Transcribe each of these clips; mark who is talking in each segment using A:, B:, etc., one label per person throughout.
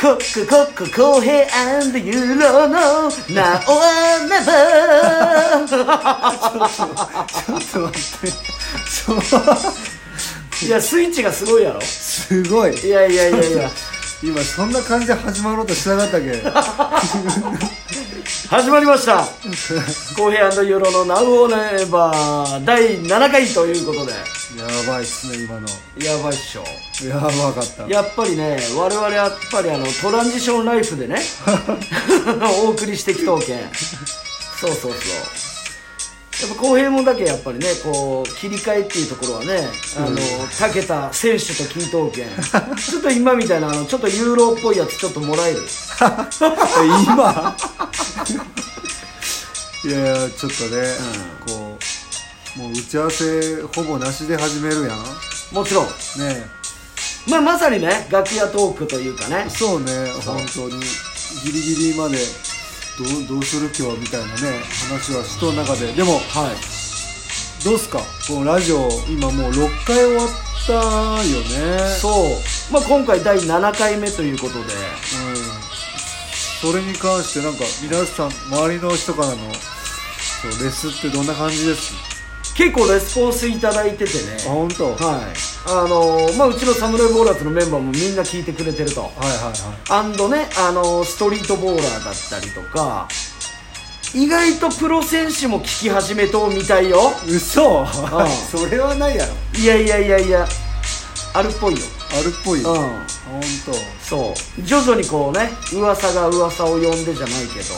A: コックコック公平ユーロの名をあな
B: ちょっと待ってそう
A: ばいやスイッチがすごいやろ
B: すごい
A: いやいやいやいや
B: 今そんな感じで始まろうとしなか ったっけ
A: 始まりました公平ユーロの名をあなば第7回ということで
B: やばいっすね今の
A: やばいっしょ
B: やばかった
A: やっぱりね我々やっぱりあのトランジションライフでねお送りしてきとうけんそうそうそうやっぱ公平もだけやっぱりねこう切り替えっていうところはねあのたけた選手と聞いとうけんちょっと今みたいなあのちょっとユーロっぽいやつちょっともらえる
B: 今 いやいやちょっとね、こうもう打ち合わせほぼなしで始めるやんね
A: もちろん、まあ、まさにね楽屋トークというかね
B: えそうね本当にギリギリまでどうどうする今日みたいなね話はしとう中ででも
A: はい
B: どうすかこのラジオ今もう6回終わったよね
A: そう、まあ、今回第7回目ということで
B: うんそれに関してなんか皆さん周りの人からのそうレスってどんな感じです
A: 結構レスポンスいただいててね
B: あ本当、はい、
A: はい、あのーまあ、うちのサムライボーラーズのメンバーもみんな聞いてくれてると
B: はいはい
A: アンドね、あのーストリートボーラーだったりとか意外とプロ選手も聞き始めとうみたいよ
B: 嘘
A: ん
B: それはないやろ
A: いやいやいやいやあるっぽいよ
B: あるっぽいよ、
A: う
B: あ
A: ん
B: 本当。
A: そう徐々にこうね噂が噂を呼んでじゃないけど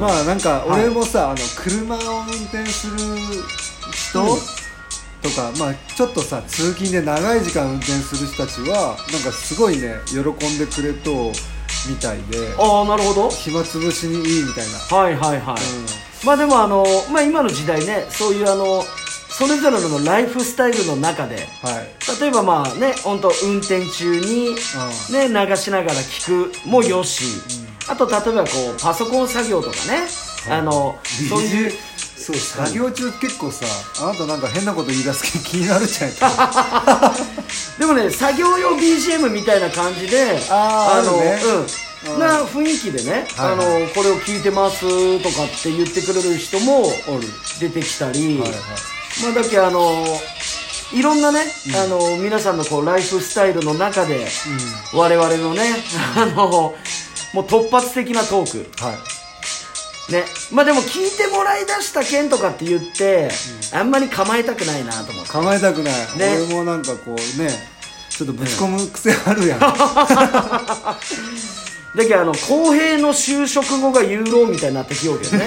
B: まあなんか
A: はい
B: 俺もさ、あの車を運転する人、
A: うん
B: とかまあちょっとさ通勤で長い時間運転する人たちはなんかすごいね喜んでくれとうみたいで
A: ああなるほど
B: 暇つぶしにいいみたいな、
A: はいはいはい、まあでもあのーまあ今の時代ねそういうあのそれぞれのライフスタイルの中で
B: うんはい
A: 例えばまあね本当運転中にね流しながら聞くもよし、あと例えばこうパソコン作業とかね、あのそういう
B: そう作業中結構さあなたなんか変なこと言い出すけど気 になるじゃん あ
A: でもね作業用 BGM みたいな感じで
B: あー
A: の
B: あるね
A: うん
B: うん
A: な雰囲気でね、
B: はいは
A: あのこれを聞いてますとかって言ってくれる人も
B: おる
A: 出てきたり、
B: はいはい
A: まあだけあのいろんなね、あの皆さんのこうライフスタイルの中で、我々のね、あのもう突発的なトーク
B: はい
A: ねまあでも聞いてもらいだした件とかって言って、あんまり構えたくないなと思って
B: 構えたくない、
A: ね
B: 俺もなんかこうねちょっとぶち込む癖あるやん、
A: だけどあの公平の就職後がユーロみたいになってきようけど ねう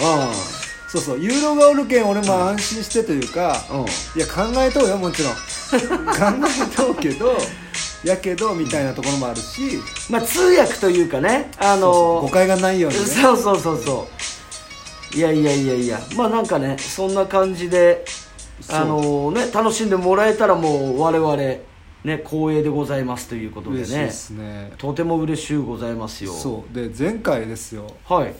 B: そうそうユーロがおるけん俺も安心してというか、
A: うん
B: いや考えとうよ もちろん考えとうけどやけどみたいなところもあるし、
A: んまあ通訳というかねあ
B: 誤
A: の
B: 解がないようにね
A: そうそうそうそういやいやいやいやまあなんかねそんな感じであのね楽しんでもらえたらもう我々ね光栄でございますということで
B: 嬉しいで
A: ね
B: すね
A: とても嬉しゅうございますよ
B: そうで前回ですよ
A: はい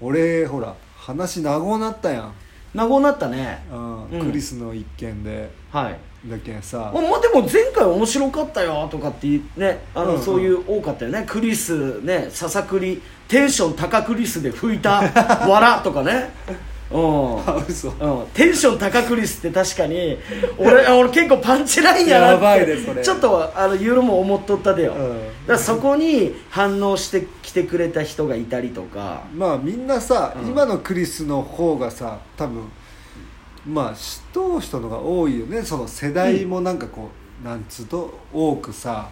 B: 俺ほら話長なったやん、
A: 名護なったね
B: うん
A: うん
B: クリスの一件で
A: はい
B: だけんさ
A: まあでも前回面白かったよとかっていうねあの、
B: うんうん
A: そういう多かったよねクリスねささくりテンション高クリスで吹いた笑とかね うん
B: あ嘘
A: うん、テンション高クリスって確かに 俺あ俺結構パンチラインやなって
B: やばいねそれ
A: ちょっとあのユーロも思っとったでよ、
B: うん
A: だからそこに反応してきてくれた人がいたりとか
B: まあみんなさ、今のクリスの方がさ多分まあ知っとう人のが多いよねその世代もなんかこう、なんつうと多くさ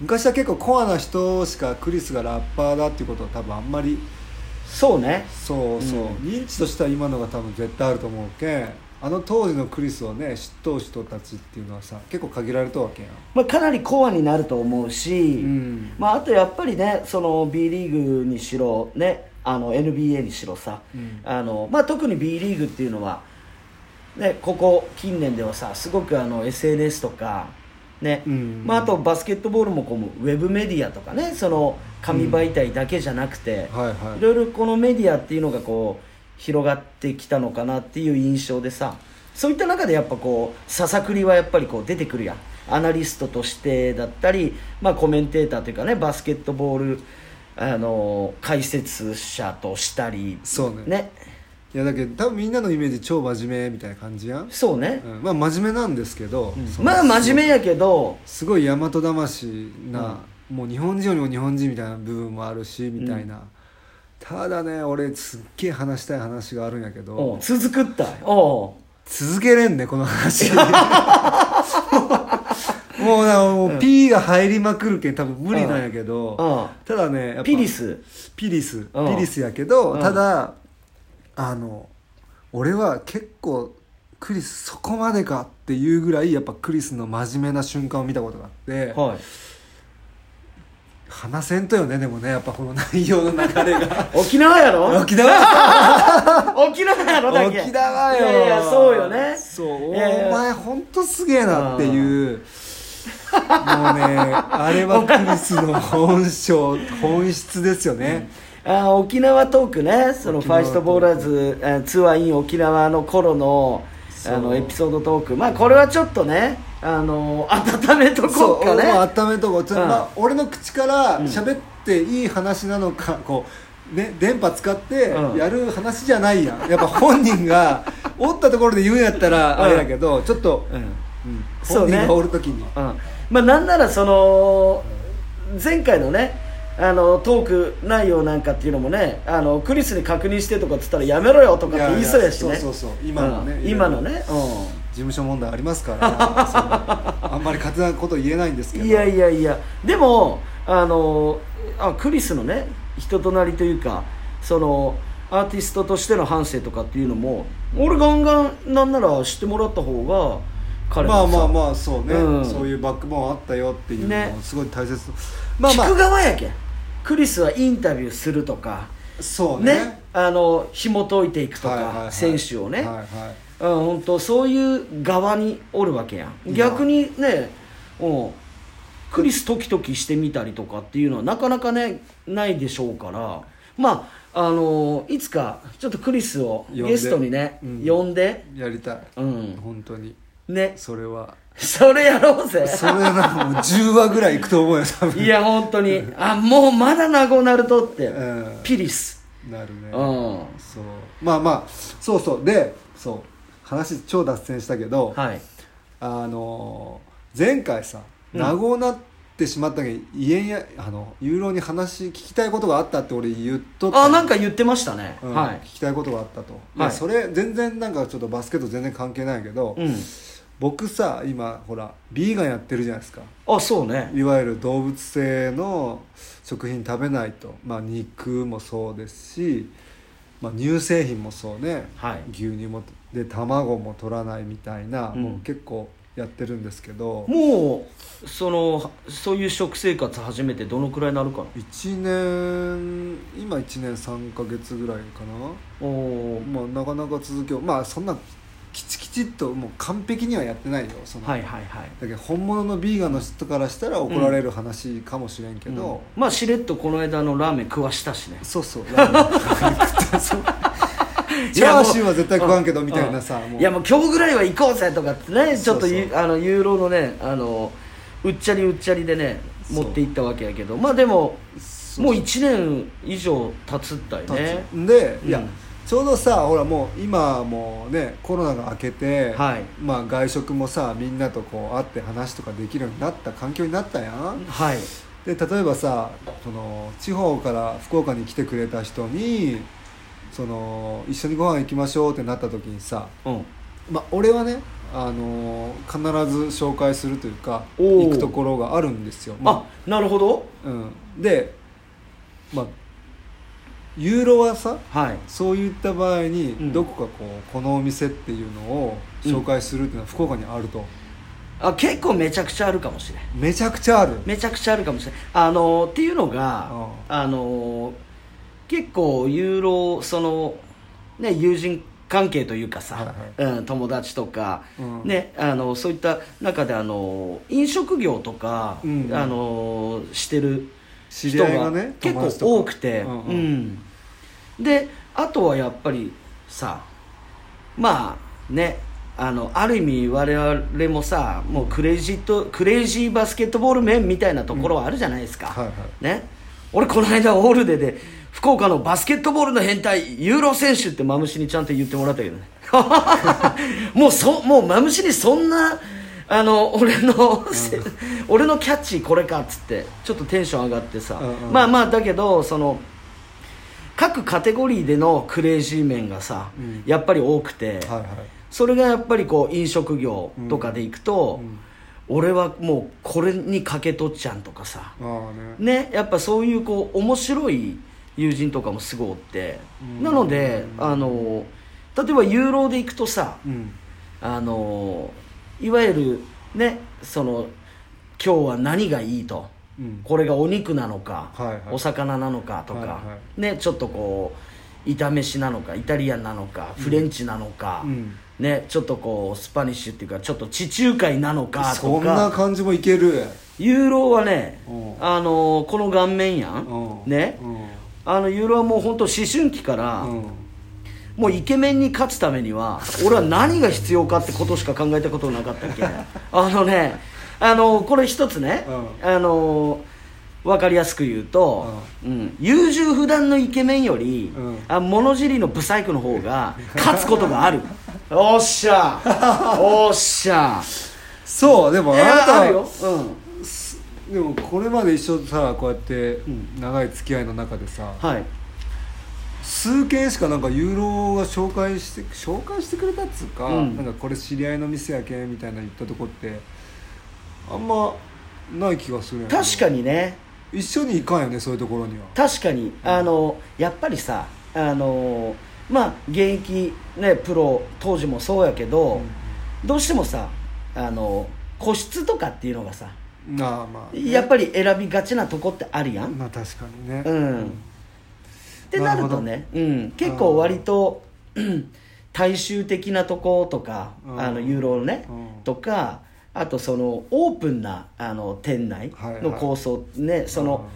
B: 昔は結構コアな人しかクリスがラッパーだっていうことは多分あんまり
A: そうね
B: そうそう、
A: うん
B: 認知としては今のが多分絶対あると思うけんあの当時のクリスをね知っとう人たちっていうのはさ結構限られたわけやん
A: まあ、かなりコアになると思うし、
B: うん
A: まあ、あとやっぱりねその B リーグにしろ、ね、あの NBA にしろさ、
B: うん
A: あのまあ、特に B リーグっていうのは、ね、ここ近年ではさすごくあの SNS とか、ね
B: うん
A: まあ、あとバスケットボールもこうウェブメディアとかねその紙媒体だけじゃなくて、
B: はいはい
A: いろいろこのメディアっていうのがこう広がってきたのかなっていう印象でさそういった中でやっぱこうささくりはやっぱりこう出てくるやんアナリストとしてだったり、まあ、コメンテーターというかねバスケットボールあの解説者としたり
B: そうね
A: ね
B: いやだけど多分みんなのイメージ超真面目みたいな感じやん、
A: そうね
B: う、ん、まあ真面目なんですけど、その
A: まあ真面目やけど
B: すごい大和魂な、もう日本人よりも日本人みたいな部分もあるしみたいな、ただね俺すっげえ話したい話があるんやけ
A: お
B: ど
A: う続くったいお
B: 続けれんねこ の話もうなもう P が入りまくるけん多分無理なんやけど、
A: ううん
B: ただねやっぱ
A: ピリス
B: ピリス、
A: うん
B: ピリスやけど、
A: うん
B: ただあの俺は結構クリスそこまでかっていうぐらいやっぱクリスの真面目な瞬間を見たことがあって、
A: はい
B: 話せんとよねでもねやっぱこの内容の流れが
A: 沖縄や ろ
B: 沖縄
A: 沖縄やろだけ
B: 沖縄よ
A: いやいやそうよね
B: そうお
A: いやいや
B: 前ほんとすげえなっていうもうねあれはクリスの本性本質ですよね、
A: あー沖縄トークねその
B: 沖
A: ファ
B: 縄
A: イ
B: トーク
A: ストボーラーズえーツアーイン沖縄の頃の
B: そう
A: あのエピソードトークまあこれはちょっとねあの温めと
B: そ
A: こ
B: う
A: うかね
B: もう温めとこう、ちょ
A: うん
B: まあ、俺の口から喋っていい話なのか、こうね、電波使って
A: うん
B: やる話じゃないやん、やっぱ本 人がおったところで言うんやったら
A: うん
B: あれだけど、ちょっと、
A: うん
B: うん
A: そ
B: 本
A: うね
B: 人がおる時に、
A: うんまあなんならその前回のねあのトーク内容なんかっていうのもねあのクリスに確認してとかっつったらやめろよとかって言いそうやしね
B: いやいやそうそうそう今のね
A: うん
B: いろいろ
A: 今のねうん
B: 事務所問題ありますから、そのあんまり勝手なこと言えないんですけど
A: いやいやいやでもあのあクリスのね人となりというかそのアーティストとしての反省とかっていうのも俺ガンガンなんなら知ってもらった方が彼
B: まあ
A: もさ
B: まあまあそうね、
A: うん
B: そういうバックボーンあったよっていう
A: ね
B: のもすごい大切、まあま
A: 聞く
B: あ
A: 側やけんクリスはインタビューするとか
B: そう
A: ね
B: ね
A: あの紐解いていくとか、
B: はいはいはい
A: 選手をね、
B: はいはい
A: うん、本当そういう側におるわけやん
B: いや
A: 逆にねうんクリス時々してみたりとかっていうのはなかなかねないでしょうからまああのいつかちょっとクリスを
B: 呼んで
A: ゲストにね
B: うん
A: 呼んで
B: やりたい、
A: うん
B: 本当に
A: ね
B: それは
A: それやろうぜ
B: それなもう10話ぐらいいくと思うよ多分
A: いや本当にあもうまだなごなるとって
B: うん
A: ピリス
B: なる
A: う
B: ね
A: ん
B: そうまあまあそうそうでそう話超脱線したけど、
A: はい
B: あのー前回さ
A: うん
B: 名護なってしまったけど、言えんやあのユーロに話聞きたいことがあったって俺言っとった
A: あなんか言ってましたね
B: うん
A: はい
B: 聞きたいことがあったと、まあそれ全然なんかちょっとバスケット全然関係ないけど、
A: うん
B: 僕さ今ほらビーガンやってるじゃないですか
A: あそうね
B: いわゆる動物性の食品食べないと、まあ、肉もそうですし、まあ、乳製品もそうね、
A: はい
B: 牛乳もで卵も取らないみたいな、
A: うん
B: もう結構やってるんですけど
A: もうそのそういう食生活始めてどのくらいになるか
B: 1年今1年3ヶ月ぐらいか
A: なお
B: な、
A: ー
B: まあ、なかなか続きをまあそんなきちきちっともう完璧にはやってないよその、
A: はいはいはい
B: だけど本物のビーガンの人からしたら怒られる話かもしれんけど、
A: うんまあしれっとこの間のラーメン食わしたしね
B: そうそうラーメン食ったそうチャーシューは絶対食わんけどみたいなさ
A: うん
B: もう
A: いやもう今日ぐらいは行こうぜとかってねちょっと
B: そうそう
A: ゆあのユーロのねあのうっちゃりうっちゃりでね持
B: そう
A: って行ったわけやけどまあでも
B: そう
A: もう1年以上経つったよね
B: で、
A: うん
B: いやちょうどさほらもう今もうねコロナが明けて、
A: はい
B: まあ、外食もさみんなとこう会って話とかできるようになった環境になったやん
A: はい
B: で例えばさその地方から福岡に来てくれた人にその一緒にご飯行きましょうってなった時にさ、
A: うん
B: まあ、俺はね、あのー必ず紹介するというか
A: おー
B: 行くところがあるんですよ、
A: あ
B: ま
A: なるほど
B: あうん、で、まあ、ユーロはさ
A: はい
B: そういった場合に、
A: うん
B: どこかこうこのお店っていうのを紹介するっていうのは福岡にあると、
A: あ結構めちゃくちゃあるかもしれん
B: めちゃくちゃある
A: めちゃくちゃあるかもしれないあのっていうのが
B: うん
A: あの結構ユーロその、ね、友人関係というかさ、
B: はい
A: うん、友達とか、
B: うん
A: ね、あのそういった中であの飲食業とか、
B: うん
A: あのしてる
B: 知り
A: 人
B: 合いが
A: が
B: ね
A: 結
B: 友達とか
A: 構多くて、
B: うん
A: う
B: うん
A: であとはやっぱりさまあねあのある意味我々もさもうクレイジットクレイジーバスケットボール面みたいなところはあるじゃないですか、
B: はいはい
A: ね、俺この間オールデーで福岡のバスケットボールの変態ユーロ選手ってマムシにちゃんと言ってもらったけどね もうそもうマムシにそんなあの俺の、俺のキャッチこれかっつってちょっとテンション上がってさ、
B: うんうん
A: まあまあだけどその各カテゴリーでのクレイジー面がさ、
B: うん
A: やっぱり多くて、
B: はいはい
A: それがやっぱりこう飲食業とかでいくと、
B: うん
A: 俺はもうこれにかけとっちゃんとかさ
B: ああね
A: ねやっぱそういうこう面白い友人とかもすごいおって、
B: うん
A: なのであの例えばユーロで行くとさ
B: うん
A: あのいわゆるねその今日は何がいいと。
B: うん
A: これがお肉なのか、
B: はいはい
A: お魚なのかとか、
B: はいは
A: ね、ちょっとこう炒めしなのかイタリアンなのかフレンチなのか、
B: うん
A: ね、ちょっとこうスパニッシュっていうかちょっと地中海なのかと
B: そんな
A: か
B: 感じもいける
A: ユーロはね
B: うん
A: あのこの顔面や
B: うんん
A: ね
B: うん
A: あのユーロはもう本当思春期から、
B: うん
A: もうイケメンに勝つためには俺は何が必要かってことしか考えたことなかったっけあのねあのこれ一つね、
B: う
A: あの分かりやすく言うと、うん優柔不断のイケメンより、
B: うん
A: あ物尻のブサイクの方が勝つことがあるおっしゃおっしゃ
B: そうでも
A: い
B: あな
A: や
B: た
A: あるよ、うん、
B: でもこれまで一緒さこうやって長い付き合いの中でさ
A: はい
B: 数件しかなんかユーロが紹介して紹介してくれたっつうか、
A: うん
B: なんかこれ知り合いの店やけみたいな言ったとこってあんまない気がするんやけど
A: 確かにね
B: 一緒に行かんよねそういうところには
A: 確かにあのやっぱりさあのまあ現役ねプロ当時もそうやけど、どうしてもさあの個室とかっていうのがさ
B: なあまあ
A: やっぱり選びがちなとこってあるやん
B: まあ確かにね
A: うんってなるとねうん、結構割とうん大衆的なとことか
B: うん
A: あのユーロのね
B: うん
A: とかあとそのオープンなあの店内
B: はい
A: の
B: はい
A: 構想ねその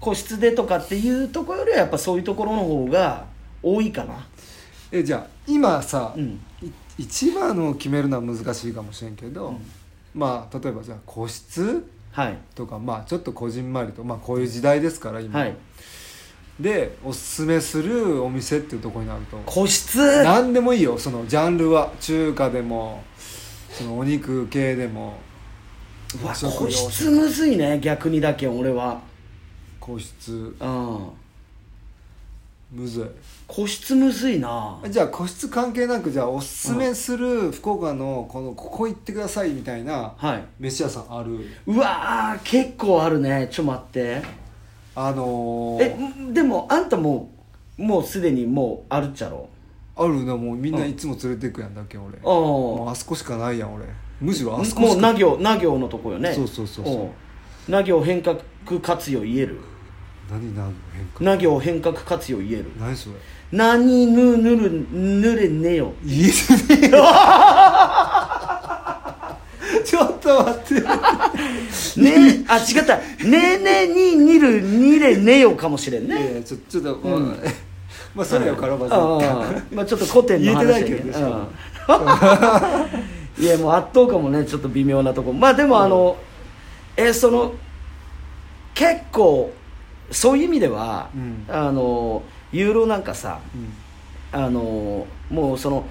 A: 個室でとかっていうところよりはやっぱそういうところの方が多いかな
B: えじゃあ今さ、
A: うん
B: い一番を決めるのは難しいかもしれんけど、まあ例えばじゃあ個室
A: はい
B: とかまあちょっとこじんまりとまあこういう時代ですから今、
A: はい
B: でおすすめするお店っていうところになると
A: 個室
B: 何でもいいよそのジャンルは中華でもそのお肉系でも
A: うわ
B: 食
A: 個
B: 料
A: 室むずいね逆にだけ俺は
B: 個室
A: うん
B: むず
A: 個室むずいない
B: じゃあ個室関係なくじゃあおすすめする福岡のこのここ行ってくださいみたいな
A: はい
B: 飯屋さんある
A: うわー結構あるねちょ待って
B: あのー
A: えでもあんたもうもうすでにもうあるっちゃろ
B: あるなもうみん
A: う
B: なんいつも連れてくやんだっけ俺
A: ああ
B: もうあそこしかないやん俺むしろあそこ
A: も
B: し
A: う
B: か
A: な行な行のとこよね
B: そうそうそうそうん
A: な行変革活用言える
B: 何な変化
A: な行変革活用言える
B: 何それ
A: 何ぬぬるぬれねよ
B: 言え てねえよちょっと待って
A: ねあ違ったねえねえににるにれねよかもしれん
B: いやい
A: ね
B: やちょちょっと、まあ まあそれよ絡まず、
A: ああまあちょっと古典の話だけ
B: 言えてないけど
A: ど
B: ねしかも
A: うん いやもう圧倒感もねちょっと微妙なとこまあでもあの、えその結構そういう意味では、
B: うん
A: あのユーロなんかさ
B: うん
A: あのもうその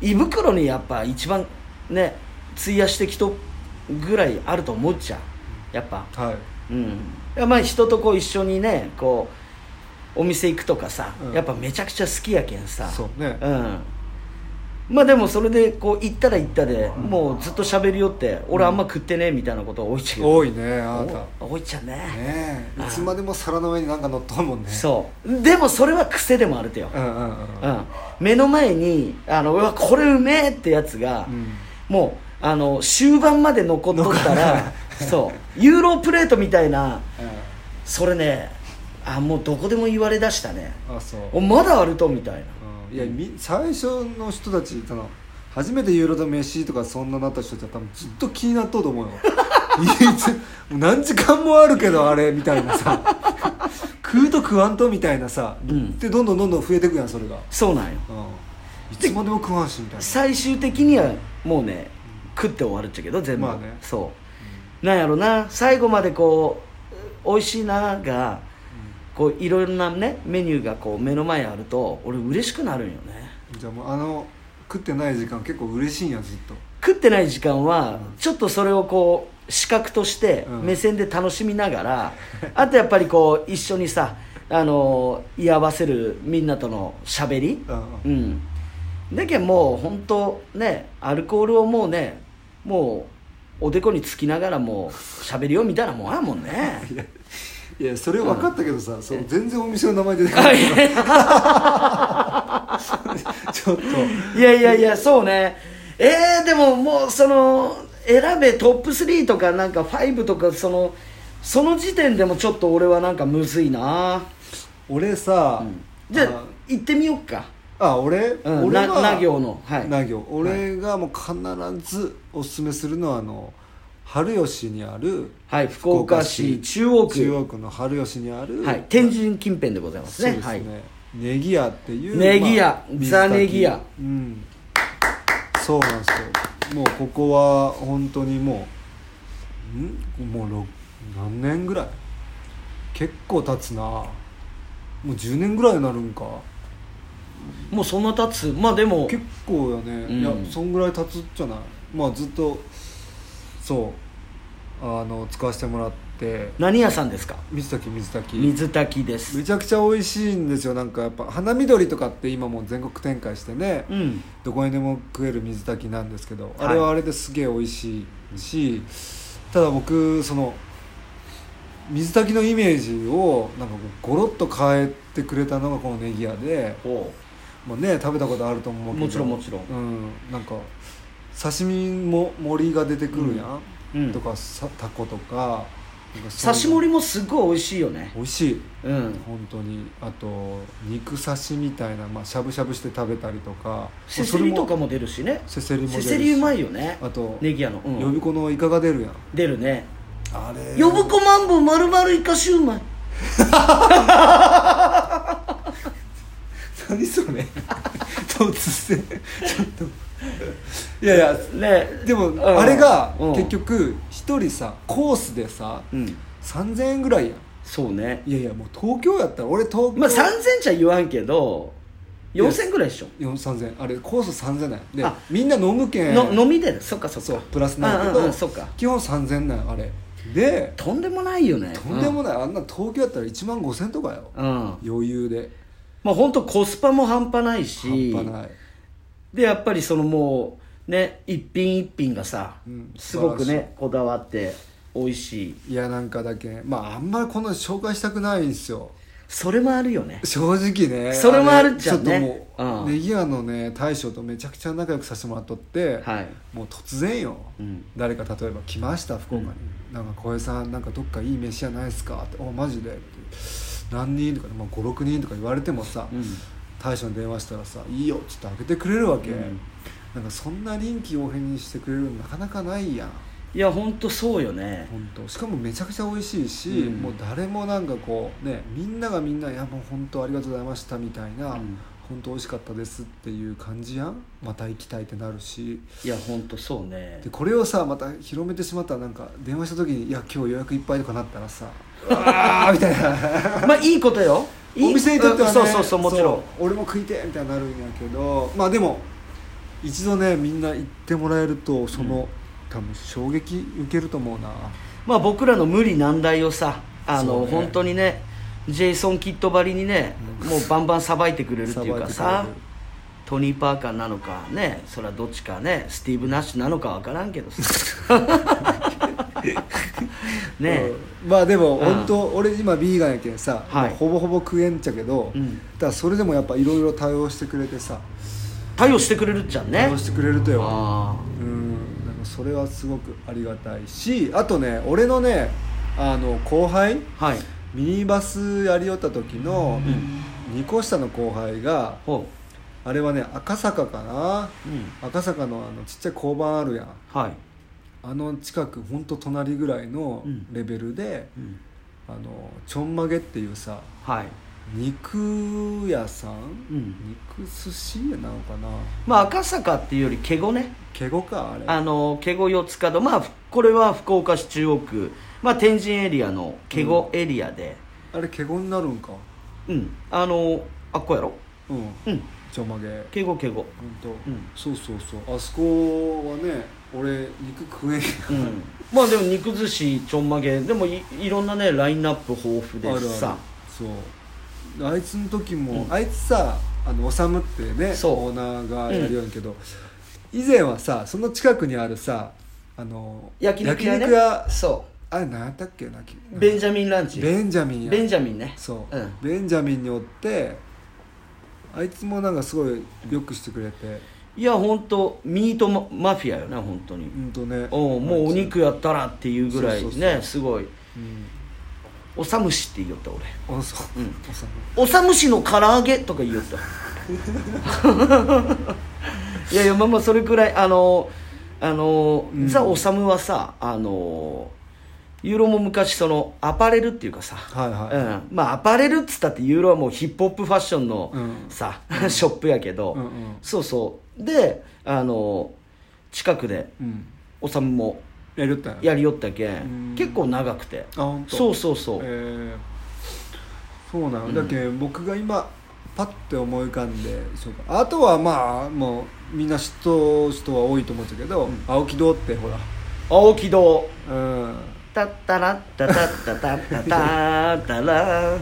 A: 胃袋にやっぱ一番ね費やしてきとぐらいあると思っちゃうやっぱ
B: はい
A: うんいやまあ人とこう一緒にねこうお店行くとかさ、
B: うん
A: やっぱめちゃくちゃ好きやけんさ
B: そうね
A: うんまあでもそれでこう行ったら行ったで、もうずっと喋りよって俺あんま食ってねえみたいなことは多いっちゃう
B: 多いねあなたね
A: お多いっちゃうね
B: えいつまでも皿の上になんか乗っとるもんね
A: そうでもそれは癖でもあるとよ、
B: うんうんうん
A: うん目の前にあのうわこれうめえってやつが、
B: うん
A: もうあの終盤まで残っとったらそうユーロプレートみたいなそれねあもうどこでも言われだしたね
B: うんあそう、
A: おまだあるとみたいな
B: うんいやみ最初の人たちその初めてユーロと飯とかそんななった人たちは多分ずっと気になっとうと思うよ いつもう何時間もあるけどあれみたいなさ 食うと食わんとみたいなさ、
A: うん
B: でどんどんどんどん増えてくやんそれが
A: そうなんよ
B: うんいつまでも下半身みたいな
A: 最終的にはもうね食って終わるっちゃけど全部、
B: まあね
A: そう、なんやろな最後までこう美味しいながこういろんなねメニューがこう目の前にあると俺嬉しくなるんよね
B: うんじゃあもうあの食ってない時間結構嬉しいんやずっと
A: 食ってない時間はちょっとそれをこう視覚として
B: うん
A: 目線で楽しみながら、あとやっぱりこう一緒にさあの居合わせるみんなとのしゃべり、
B: うんう
A: うんん、だけどもう本当ねアルコールをもうねもうおでこにつきながらもうしゃべりようみたいなもんやもんね
B: いやそれ分かったけどさ、その全然お店の名前出てこ
A: あ
B: ない
A: いや
B: ちょっと
A: いやいやいやそうねえー、でももうその選べトップ3とかなんか5とかそのその時点でもちょっと俺はなんかむずいな、
B: 俺さ、
A: じゃあ行ってみよっか
B: ああ俺、
A: うん
B: 俺
A: なな行のはい
B: な行俺がもう必ずおすすめするのはあの春吉にある
A: はい福岡市中央区
B: 中央区の春吉にある、
A: はい天神近辺でございます
B: そう
A: ね
B: です
A: は
B: ね、
A: い
B: ネギ屋っていう
A: ネギ屋
B: 水
A: ザ
B: 炊き
A: ネギ屋
B: うんそうなんですよもうここは本当にもうんもうろ何年ぐらい結構経つなもう10年ぐらいになるんか
A: もうそんな経つまあでも
B: 結構やね、
A: うん
B: いやそんぐらい経つじゃないまあずっとそうあの使わせてもらって
A: 何屋さんですか
B: 水炊き水炊き
A: 水炊きです
B: めちゃくちゃ美味しいんですよなんかやっぱ花緑とかって今もう全国展開してね、
A: うん
B: どこにでも食える水炊きなんですけど、
A: はい
B: あれはあれですげえ美味しいし、ただ僕その水炊きのイメージをなんかこうゴロッと変えてくれたのがこのネギ屋で、
A: ほ
B: まあね、食べたことあると思うけど
A: もちろんもちろん
B: うん、なんか刺身も盛りが出てくるやん、
A: ううん
B: とかさタコとかなんかそういう
A: 刺し盛りもすごい美味しいよね
B: 美味しい
A: うん
B: 本当にあと肉刺しみたいな、まあ、しゃぶしゃぶして食べたりとか
A: せせりとか
B: も
A: も出るしね
B: せせりも出
A: せ
B: るし
A: せりうまいよね
B: あと、
A: ネギ屋の、うん
B: 呼び子のイカが出るやん
A: 出るね
B: あれ
A: 呼ぶ子マンボウ丸々イカシューマイ
B: 何それ突然ちょっといやいや
A: ね
B: でも、
A: うん
B: あれが
A: うん
B: 結局一人さコースでさ
A: うん
B: 3000円ぐらいや
A: そうね
B: んいやいやもう東京やったら俺東京、
A: まあ3000じゃ言わんけど4000ぐらいでしょ
B: 4 3000円あれコース3000円なんやで
A: あ
B: みんな飲むけん
A: の飲みでそっかそっか
B: そうプラスなんやけど、
A: うんうんうんそっか
B: 基本3000円なんやあれで
A: とんでもないよね
B: とんでもない、あんな東京やったら1万5000とかよ、
A: うん、うん
B: 余裕で
A: まあ本当コスパも半端ないし
B: 半端ない
A: でやっぱりそのもうね一品一品がさ、
B: うん
A: すごく
B: 素晴ら
A: ねこだわって美味しい
B: いやなんかだけまああんまりこんなの紹介したくないんですよ
A: それもあるよね
B: 正直ね
A: それもあるじゃんね
B: あれちょっともう、
A: うん
B: ネギ屋のね大将とめちゃくちゃ仲良くさせてもらっとって、
A: はい
B: もう突然よ、
A: うん
B: 誰か例えば来ました福岡に、なんか小江さんなんかどっかいい飯じゃないですかって「おマジで?」って何人とか、まあ、56人とか言われてもさ、
A: うん
B: 大将に電話したらさ「いいよ」っつって開けてくれるわけ、
A: うん
B: なんかそんな臨機応変にしてくれるのなかなかないやん
A: いや本当そうよね
B: 本当しかもめちゃくちゃ美味しいし、
A: うん
B: もう誰もなんかこうねみんながみんな「いやもう本当ありがとうございました」みたいな、
A: うん
B: 本当美味しかったですっていう感じやんまた行きたいってなるし
A: いや本当そうね
B: でこれをさまた広めてしまったらなんか電話した時に「いや今日予約いっぱい」とかなったらさ「うわー」みたいな
A: まあいいことよいい
B: お店にとってはね
A: そうそうそうもちろん
B: そう俺も食いてえみたいになるんやけどまあでも一度ねみんな行ってもらえるとその、多分衝撃受けると思うな
A: まあ僕らの無理難題をさあ
B: そう
A: の、
B: ね
A: 本当にねジェイソン・キッドばりにね、もうバンバンさばいてくれるっていうか
B: さばい
A: さ
B: てくれる
A: トニー・パーカーなのかねそれはどっちかねスティーブ・ナッシュなのかわからんけど さねえ、
B: うんまあでも
A: うん
B: 本当、俺今ビーガンやけんさ、
A: はい
B: もうほぼほぼ食えんちゃけど、
A: うん
B: ただそれでもやっぱいろいろ対応してくれてさ、
A: 対応してくれるじゃんね
B: 対応してくれるとよ
A: あ
B: うんなんかそれはすごくありがたいしあとね俺のねあの後輩
A: あはい
B: ミニバスやりよった時の2個下の後輩が
A: ほ
B: あれはね赤坂か
A: うう
B: な
A: ん
B: 赤坂のあのちっちゃい交番あるやん
A: はい、
B: あの近くほんと隣ぐらいのレベルで、
A: うん
B: あのちょんまげっていうさ
A: はい
B: 肉屋さん、
A: うん
B: 肉寿司屋なのかな
A: まあ赤坂っていうよりケゴね
B: ケゴかあれ
A: あのケゴ四つ角まあふこれは福岡市中央区、まあ、天神エリアのケゴエリアで
B: あれケゴになるんか
A: うん、あのあっこやろ
B: うん
A: うん
B: ちょんまげ
A: ケゴケゴ
B: 本当、
A: ん
B: そうそうそうあそこはね俺肉食えんや
A: うんまあでも肉寿司ちょんまげでもいいろんなねラインナップ豊富でさ
B: そうあいつの時も、あいつさあの修ってね
A: そう
B: オーナーがやるようにけど、以前はさその近くにあるさあの
A: 焼肉屋ね
B: 屋
A: そ
B: あれ何やったっけなき
A: うベンジャミンランチ
B: ベンジャミンや
A: ベンジャミンね
B: そう、
A: うん
B: ベンジャミンにおってあいつもなんかすごいよくしてくれて
A: いや本当ミートママフィアよね本当に、
B: うんとね
A: おうもうお肉やったらっていうぐらいね
B: そうそうそう
A: すごい
B: うん
A: おさむしって言いよった俺
B: おそう
A: うん
B: おそう
A: おさむしの唐揚げとか言いよった いやいやまあまあそれくらいあのあの、
B: うん
A: さおさむはさあのユーロも昔そのアパレルっていうかさ、
B: はいはい、
A: うん、まあアパレルっつったってユーロはもうヒップホップファッションの
B: うん
A: さ、 ショップやけど、
B: うんうん
A: そうそうであの近くで
B: うん
A: おさむも
B: やるったん
A: やりよったけ
B: うん
A: ん結構長くて
B: あ本当
A: そうそうそう、
B: えーそうなの、だけん僕が今パッて思い浮かんでそうかあとはまあもうみんな知っとう人は多いと思うんだけど、青木堂ってほら
A: 青木堂
B: うん
A: タッタラッタタッタタッタタッタラー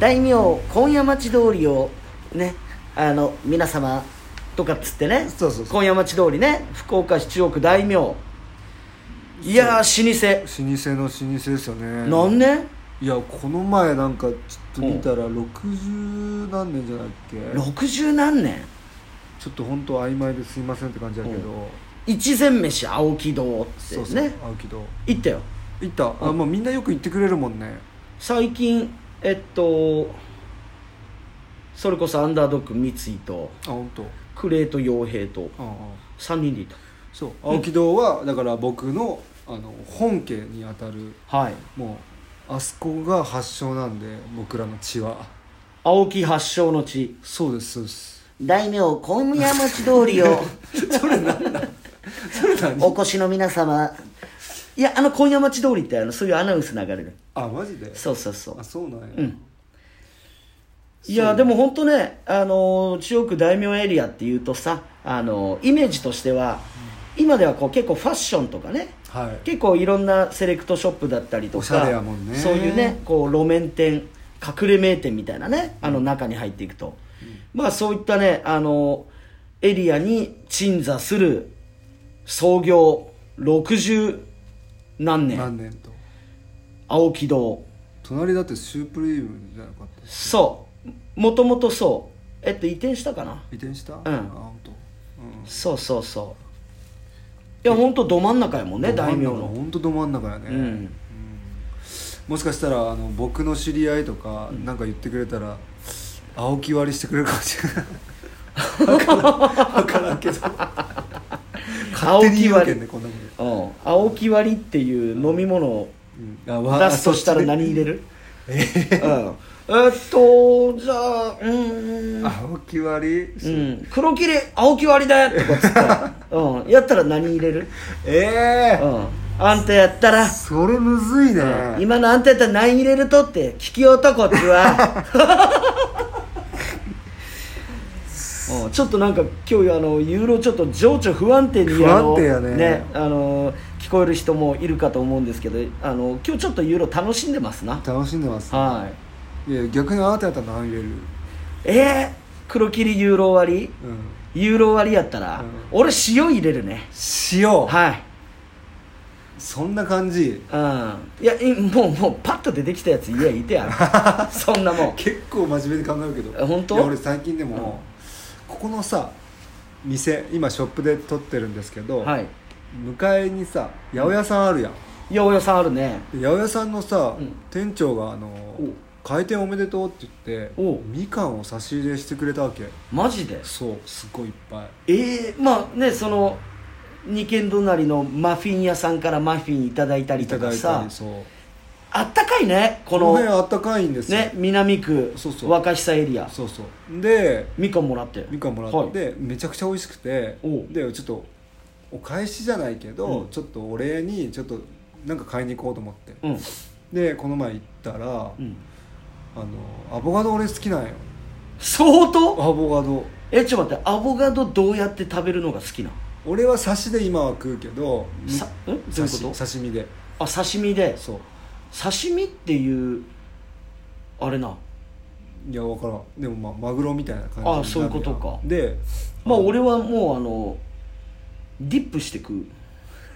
A: 大名今夜町通りをねあの皆様とかっつってね
B: そうそうそう
A: 今夜町通りね福岡市中央区大名いやー老舗
B: 老舗の老舗ですよね
A: 何年
B: いやこの前なんかちょっと見たら60何年じゃないっけ
A: 60何年
B: ちょっと本当曖昧ですいませんって感じだけど、
A: うん一膳飯青木堂って
B: そうそう、
A: ね
B: 青木堂
A: 行ったよ
B: 行った、あもうみんなよく行ってくれるもんね
A: 最近えっとそれこそアンダードッグ三井と
B: あ本当。
A: クレート洋平と
B: うんうん
A: 3人でいた
B: そう青木堂はだから僕のあの本家にあたる
A: はい
B: もうあそこが発祥なんで僕らの血は
A: 青木発祥の地
B: そうですそうです
A: 大名今夜町通り を
B: それ何
A: お越しの皆様いやあの今夜町通りってあのそういうアナウンス流れる
B: あマジで
A: そうそうそう
B: あそうなんや、
A: うんいやでも本当ねあの中央区大名エリアっていうとさあのイメージとしては今ではこう結構ファッションとかね
B: はい
A: 結構いろんなセレクトショップだったりとか
B: おしゃれやもんね
A: そういうねこう路面店隠れ名店みたいなねあの中に入っていくと、まあそういったねあのエリアに鎮座する創業60何年
B: 何年と
A: 青木堂
B: 隣だってシュープリームじゃなかった
A: そうもともとそうえっと移転したかな
B: 移転したうんあ本当。うん
A: そうそうそういや本当ど真ん中やもんね大名の
B: 本当ど真ん中やね、
A: うん
B: うんもしかしたらあの僕の知り合いとかなんか言ってくれたら青木割りしてくれるかもし れない分からんけど勝手に言うけんねこんなこ
A: うん青木割りっていう飲み物を
B: と、うん、
A: 出すとしたら何入れ
B: る
A: るうんえっとじゃあうーん、
B: 青木割り、
A: うん、黒切れ青木割りだとかっつった ら、うん、やったら何入れる、
B: ええ
A: う
B: ー
A: ん、あんたやったら、
B: それむずいね、
A: 今のあんたやったら何入れるとって聞き男っち はうんちょっとなんか今日あのユーロちょっと情緒不安定に
B: 不安定やね
A: あのあの聞こえる人もいるかと思うんですけどあの今日ちょっとユーロ楽しんでますな
B: 楽しんでます、
A: はい
B: いや逆にあなたやったら何入れる
A: えー、黒霧ユーロ割
B: うん
A: りユーロ割りやったら、
B: うん
A: 俺塩入れるね
B: 塩、
A: はい
B: そんな感じ
A: うんいやいもうもうパッと出てきたやつ家いてや るそんなもん
B: 結構真面目に考えるけど
A: え本当
B: いや俺最近でも、ここのさ店今ショップで撮ってるんですけど、
A: はい
B: 向かいにさ八百屋さんあるやん、
A: 八百屋さんあるね
B: で八百屋さんのさ、
A: うん
B: 店長があの
A: お
B: 開店おめでとうって言って
A: お
B: みかんを差し入れしてくれたわけ
A: マジで
B: そうすごいいっぱい
A: ええまあねその二軒隣のマフィン屋さんからマフィンいただいた
B: い
A: り
B: た
A: と
B: だ
A: か
B: いた
A: さ
B: りそう
A: あったかいねこ
B: この
A: の
B: 辺あったかいんですよ、
A: ね南区
B: そうそう
A: 若久エリア
B: そうそうで
A: みかんもらって
B: みかんもら
A: はい
B: って、めちゃくちゃ美味しくて
A: おう
B: でちょっとお返しじゃないけど、
A: うん
B: ちょっとお礼にちょっとなんか買いに行こうと思って、
A: うん
B: でこの前行ったら、
A: うん
B: あのアボカド俺好きなんよ
A: 相当
B: アボカド
A: えちょっと待ってアボカドどうやって食べるのが好きな
B: 俺は刺しで今は食うけど
A: さんどう
B: 刺
A: いう
B: し
A: こと
B: 刺身で
A: あ刺身で
B: そう
A: 刺身っていうあれない
B: や分からんでもまあマグロみたいな感じになるやん
A: あそういうことか
B: で
A: まあ俺はもうあのディップして食う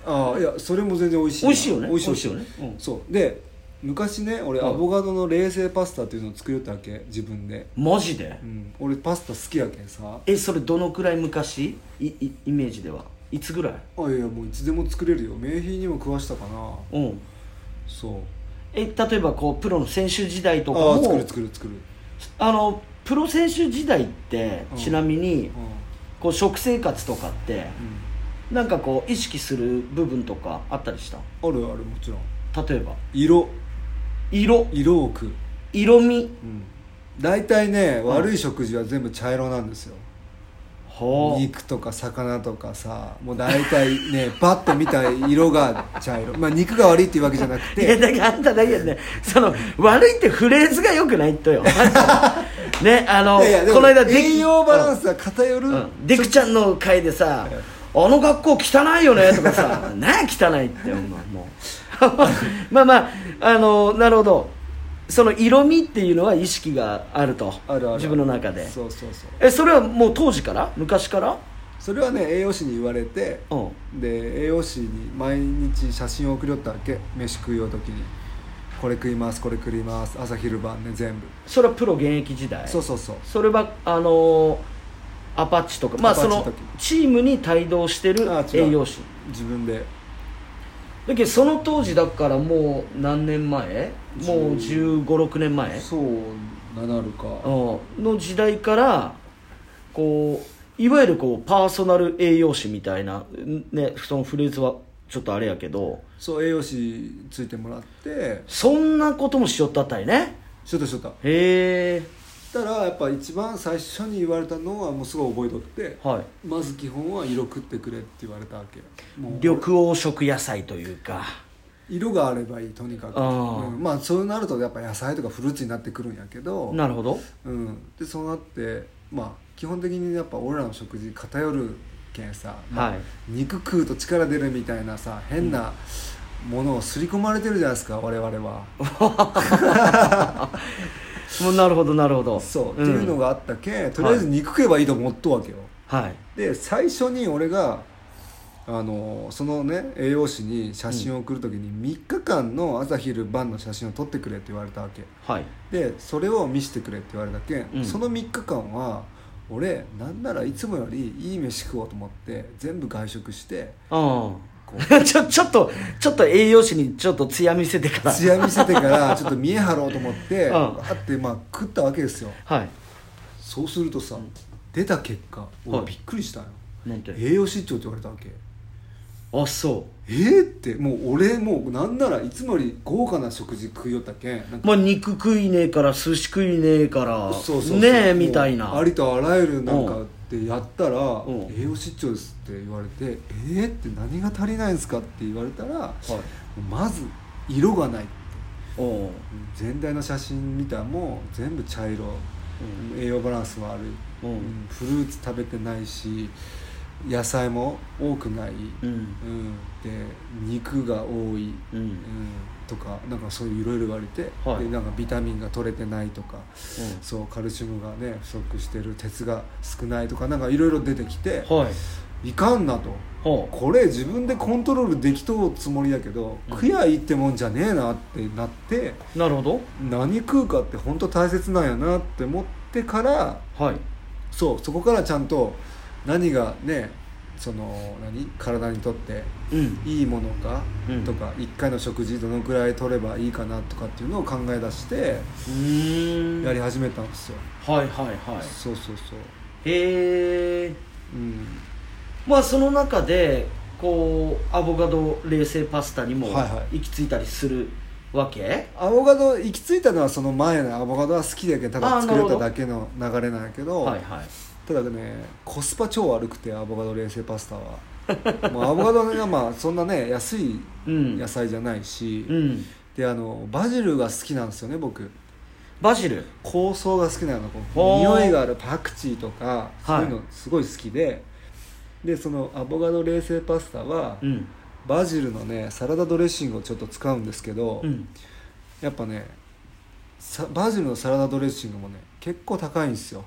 B: ああいやそれも全然美味しいな
A: 美味しいよね
B: 美味しい
A: 美味しいよねうん
B: そうで昔ね俺
A: うん
B: アボカドの冷製パスタっていうのを作りよったわけ自分で、
A: マジで
B: うん、俺パスタ好きやけんさ
A: えそれどのくらい昔いいイメージではいつぐらい
B: あいやいやもういつでも作れるよ名品にも食わしたかな
A: うん
B: そう
A: え例えばこうプロの選手時代とか
B: ああ作
A: も
B: る作る作る、
A: あのプロ選手時代って
B: うん
A: ちなみに
B: うん
A: こう食生活とかって
B: う
A: なんかこう意識する部分とかあったりした
B: ん、あるあるもちろん
A: 例えば
B: 色
A: 色
B: 色を食う、
A: 色味
B: うん、大体ね、悪い食事は全部茶色なんですよ
A: はあ
B: 肉とか魚とかさもう大体ね パッと見た色が茶色まあ肉が悪いっていうわけじゃなく
A: いや
B: て
A: だからあんただけやねその悪いってフレーズがよくないと よねあの
B: いやいやでも
A: この間で
B: 栄養バランスが偏る、
A: うん、デクちゃんの会でさ「あの学校汚いよね」とかさ 「何汚いってお前もう まあまああのなるほどその色味っていうのは意識があると
B: あるある
A: 自分の中で
B: そうそうそう
A: えそれはもう当時から昔から
B: それはね栄養士に言われて
A: うん
B: で栄養士に毎日写真を送りよったわけ飯食いよう時にこれ食いますこれ食います朝昼晩ね全部
A: それはプロ現役時代
B: そうそうそう
A: それはあのアパッチとかまあ
B: アパッ
A: そ
B: チ
A: の
B: 時
A: チームに帯同してる
B: あ違う
A: 栄養士
B: 自分で
A: だけどその当時だからもう何年前もう1 5 6年前
B: そうななるか
A: うんの時代からこういわゆるこうパーソナル栄養士みたいな、んね、そのフレーズはちょっとあれやけど
B: そう栄養士ついてもらって
A: そんなこともしよったったりね
B: しょったしょった
A: へえ
B: したらやっぱ一番最初に言われたのはもうすごい覚えとって
A: はい
B: まず基本は色食ってくれって言われたわけもう
A: 緑黄色野菜というか
B: 色があればいいとにかく、
A: あー
B: うんまあそうなるとやっぱ野菜とかフルーツになってくるんやけど、
A: なるほど
B: うん、でそうなってまあ基本的にやっぱ俺らの食事偏るけんさ、まあ
A: はい
B: 肉食うと力出るみたいなさ変なものを刷り込まれてるじゃないですか我々は。
A: もうなるほどなるほど
B: そう、
A: ん
B: っていうのがあったけんとりあえず肉食えばいいと思っとうわけよ。
A: はい
B: で最初に俺があのそのね栄養士に写真を送る時に3日間の朝昼晩の写真を撮ってくれって言われたわけ
A: はい
B: でそれを見せてくれって言われたけん、
A: うん
B: その3日間は俺なんならいつもよりいい飯食おうと思って全部外食してこ
A: うん ちょちょっとちょっと栄養士にちょっと艶見せてから
B: 艶見せてから ちょっと見え張ろうと思って
A: うん
B: あってまあ食ったわけですよ
A: はい
B: そうするとさ出た結果
A: は
B: 俺
A: い
B: びっくりしたよ、
A: なんて
B: 栄養失調って言われたわけ
A: あそ
B: えー、ってもう俺もうなんならいつもより豪華な食事食いよったけんなん
A: う
B: か
A: まあ肉食いねえから寿司食いねえから
B: そうそうそう
A: ねえ
B: もう
A: みたいな
B: ありとあらゆるなんかってやったら
A: ん
B: 栄養失調ですって言われてえー、って何が足りないんですかって言われたら、まず色がない
A: おう
B: 全体の写真見たらもう全部茶色、栄養バランスも悪
A: う
B: い、
A: ん
B: フルーツ食べてないし野菜も多くない、
A: うん
B: うん、で肉が多い、
A: うん
B: うんとかなんかそういういろいろ言われて、
A: はい
B: でなんかビタミンが取れてないとか、
A: うん
B: そうカルシウムがね不足してる鉄が少ないとかなんかいろいろ出てきて、
A: はい
B: い、かんなと
A: はあ
B: これ自分でコントロールできとうつもりやけど
A: うん
B: 食やいいってもんじゃねえなってなって
A: なるほど
B: 何食うかって本当大切なんやなって思ってから
A: はい
B: そうそこからちゃんと何がねその何体にとって
A: うん
B: いいものか
A: うん
B: とか、1回の食事どのくらい取ればいいかなとかっていうのを考え出して
A: うーん
B: や
A: はい
B: り始めたんですよ、
A: はいは
B: そうそうそう
A: いへえ
B: うん
A: まあその中でこうアボカド冷製パスタにも
B: はいはい
A: 行き着いたりするわけ
B: アボカド行き着いたのはその前のアボカドは好きだけどた
A: あ
B: だ
A: ー
B: 作れただけの流れなんやけど
A: はいはい
B: ただねコスパ超悪くてアボカド冷製パスタは もうアボカドがまあそんなね安い
A: うん
B: 野菜じゃないし、
A: うん
B: であのバジルが好きなんですよね僕
A: バジル
B: 香草が好きなのこう
A: ほー
B: 匂いがあるパクチーとかそういうのすごい好きで、でそのアボカド冷製パスタは、
A: うん
B: バジルのねサラダドレッシングをちょっと使うんですけど、
A: うん
B: やっぱねさバジルのサラダドレッシングもね結構高いんですよ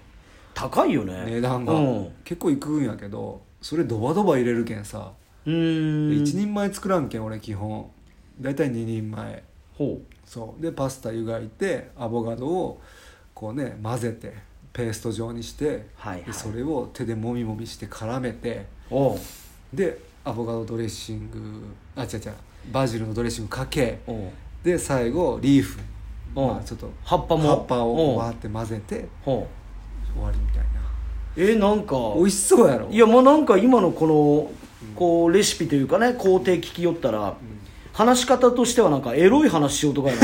A: 高いよね
B: 値段が、
A: うんう
B: 結構いくんやけどそれドバドバ入れるけんさ、で
A: ーん
B: 1人前作らんけん俺基本大体2人前
A: ほ
B: そうでパスタ湯がいてアボカドをこうね混ぜてペースト状にして、
A: はいはい
B: でそれを手でもみもみして絡めて
A: うおう
B: でアボカドドレッシングあ違う違うバジルのドレッシングかけ
A: おう
B: で最後リーフ、
A: うん
B: まあ、ちょっと
A: 葉っぱも
B: 葉っぱ
A: う
B: を
A: ん
B: わーって混ぜて
A: ほ
B: 終わりみたいう
A: えなんか
B: な美味しそうやろ
A: いやもうなんか今のこのこうレシピというかね工程聞きよったら、話し方としてはなんかエロい話しようとかや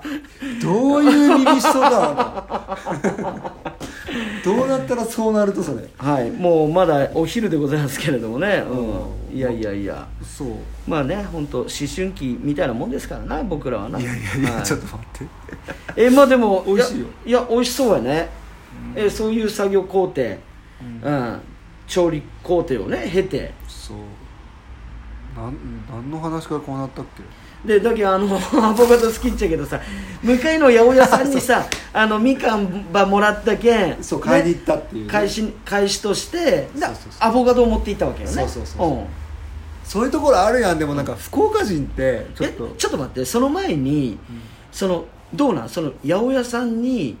A: な
B: どういう耳しそうだわ どうなったらそうなるとそれ
A: はいもうまだお昼でございますけれどもね、うんいやいやいや
B: そう
A: まあね本当思春期みたいなもんですからな僕らはない
B: いやいやいや、
A: はい
B: ちょっと待って
A: えまあでも
B: 美味しいよ
A: いやいや美味しそうやね、えそういう作業工程、うん調理工程をね経て
B: そうなん何の話からこうなったっけ
A: でだけどあの アボカド好きっちゃけどさ向かいの八百屋さんに さあのみかんばもらったけん
B: そう買いに行
A: ね
B: ったっていうね、
A: 返し返しとしてで
B: そうそうそう
A: アボカドを持っていったわけよね
B: そうそうそうそうんそういうところあるやんでもなんか福岡人ってちょっ
A: え
B: と、うん
A: ちょっと待ってその前に、そのどうなんその八百屋さんに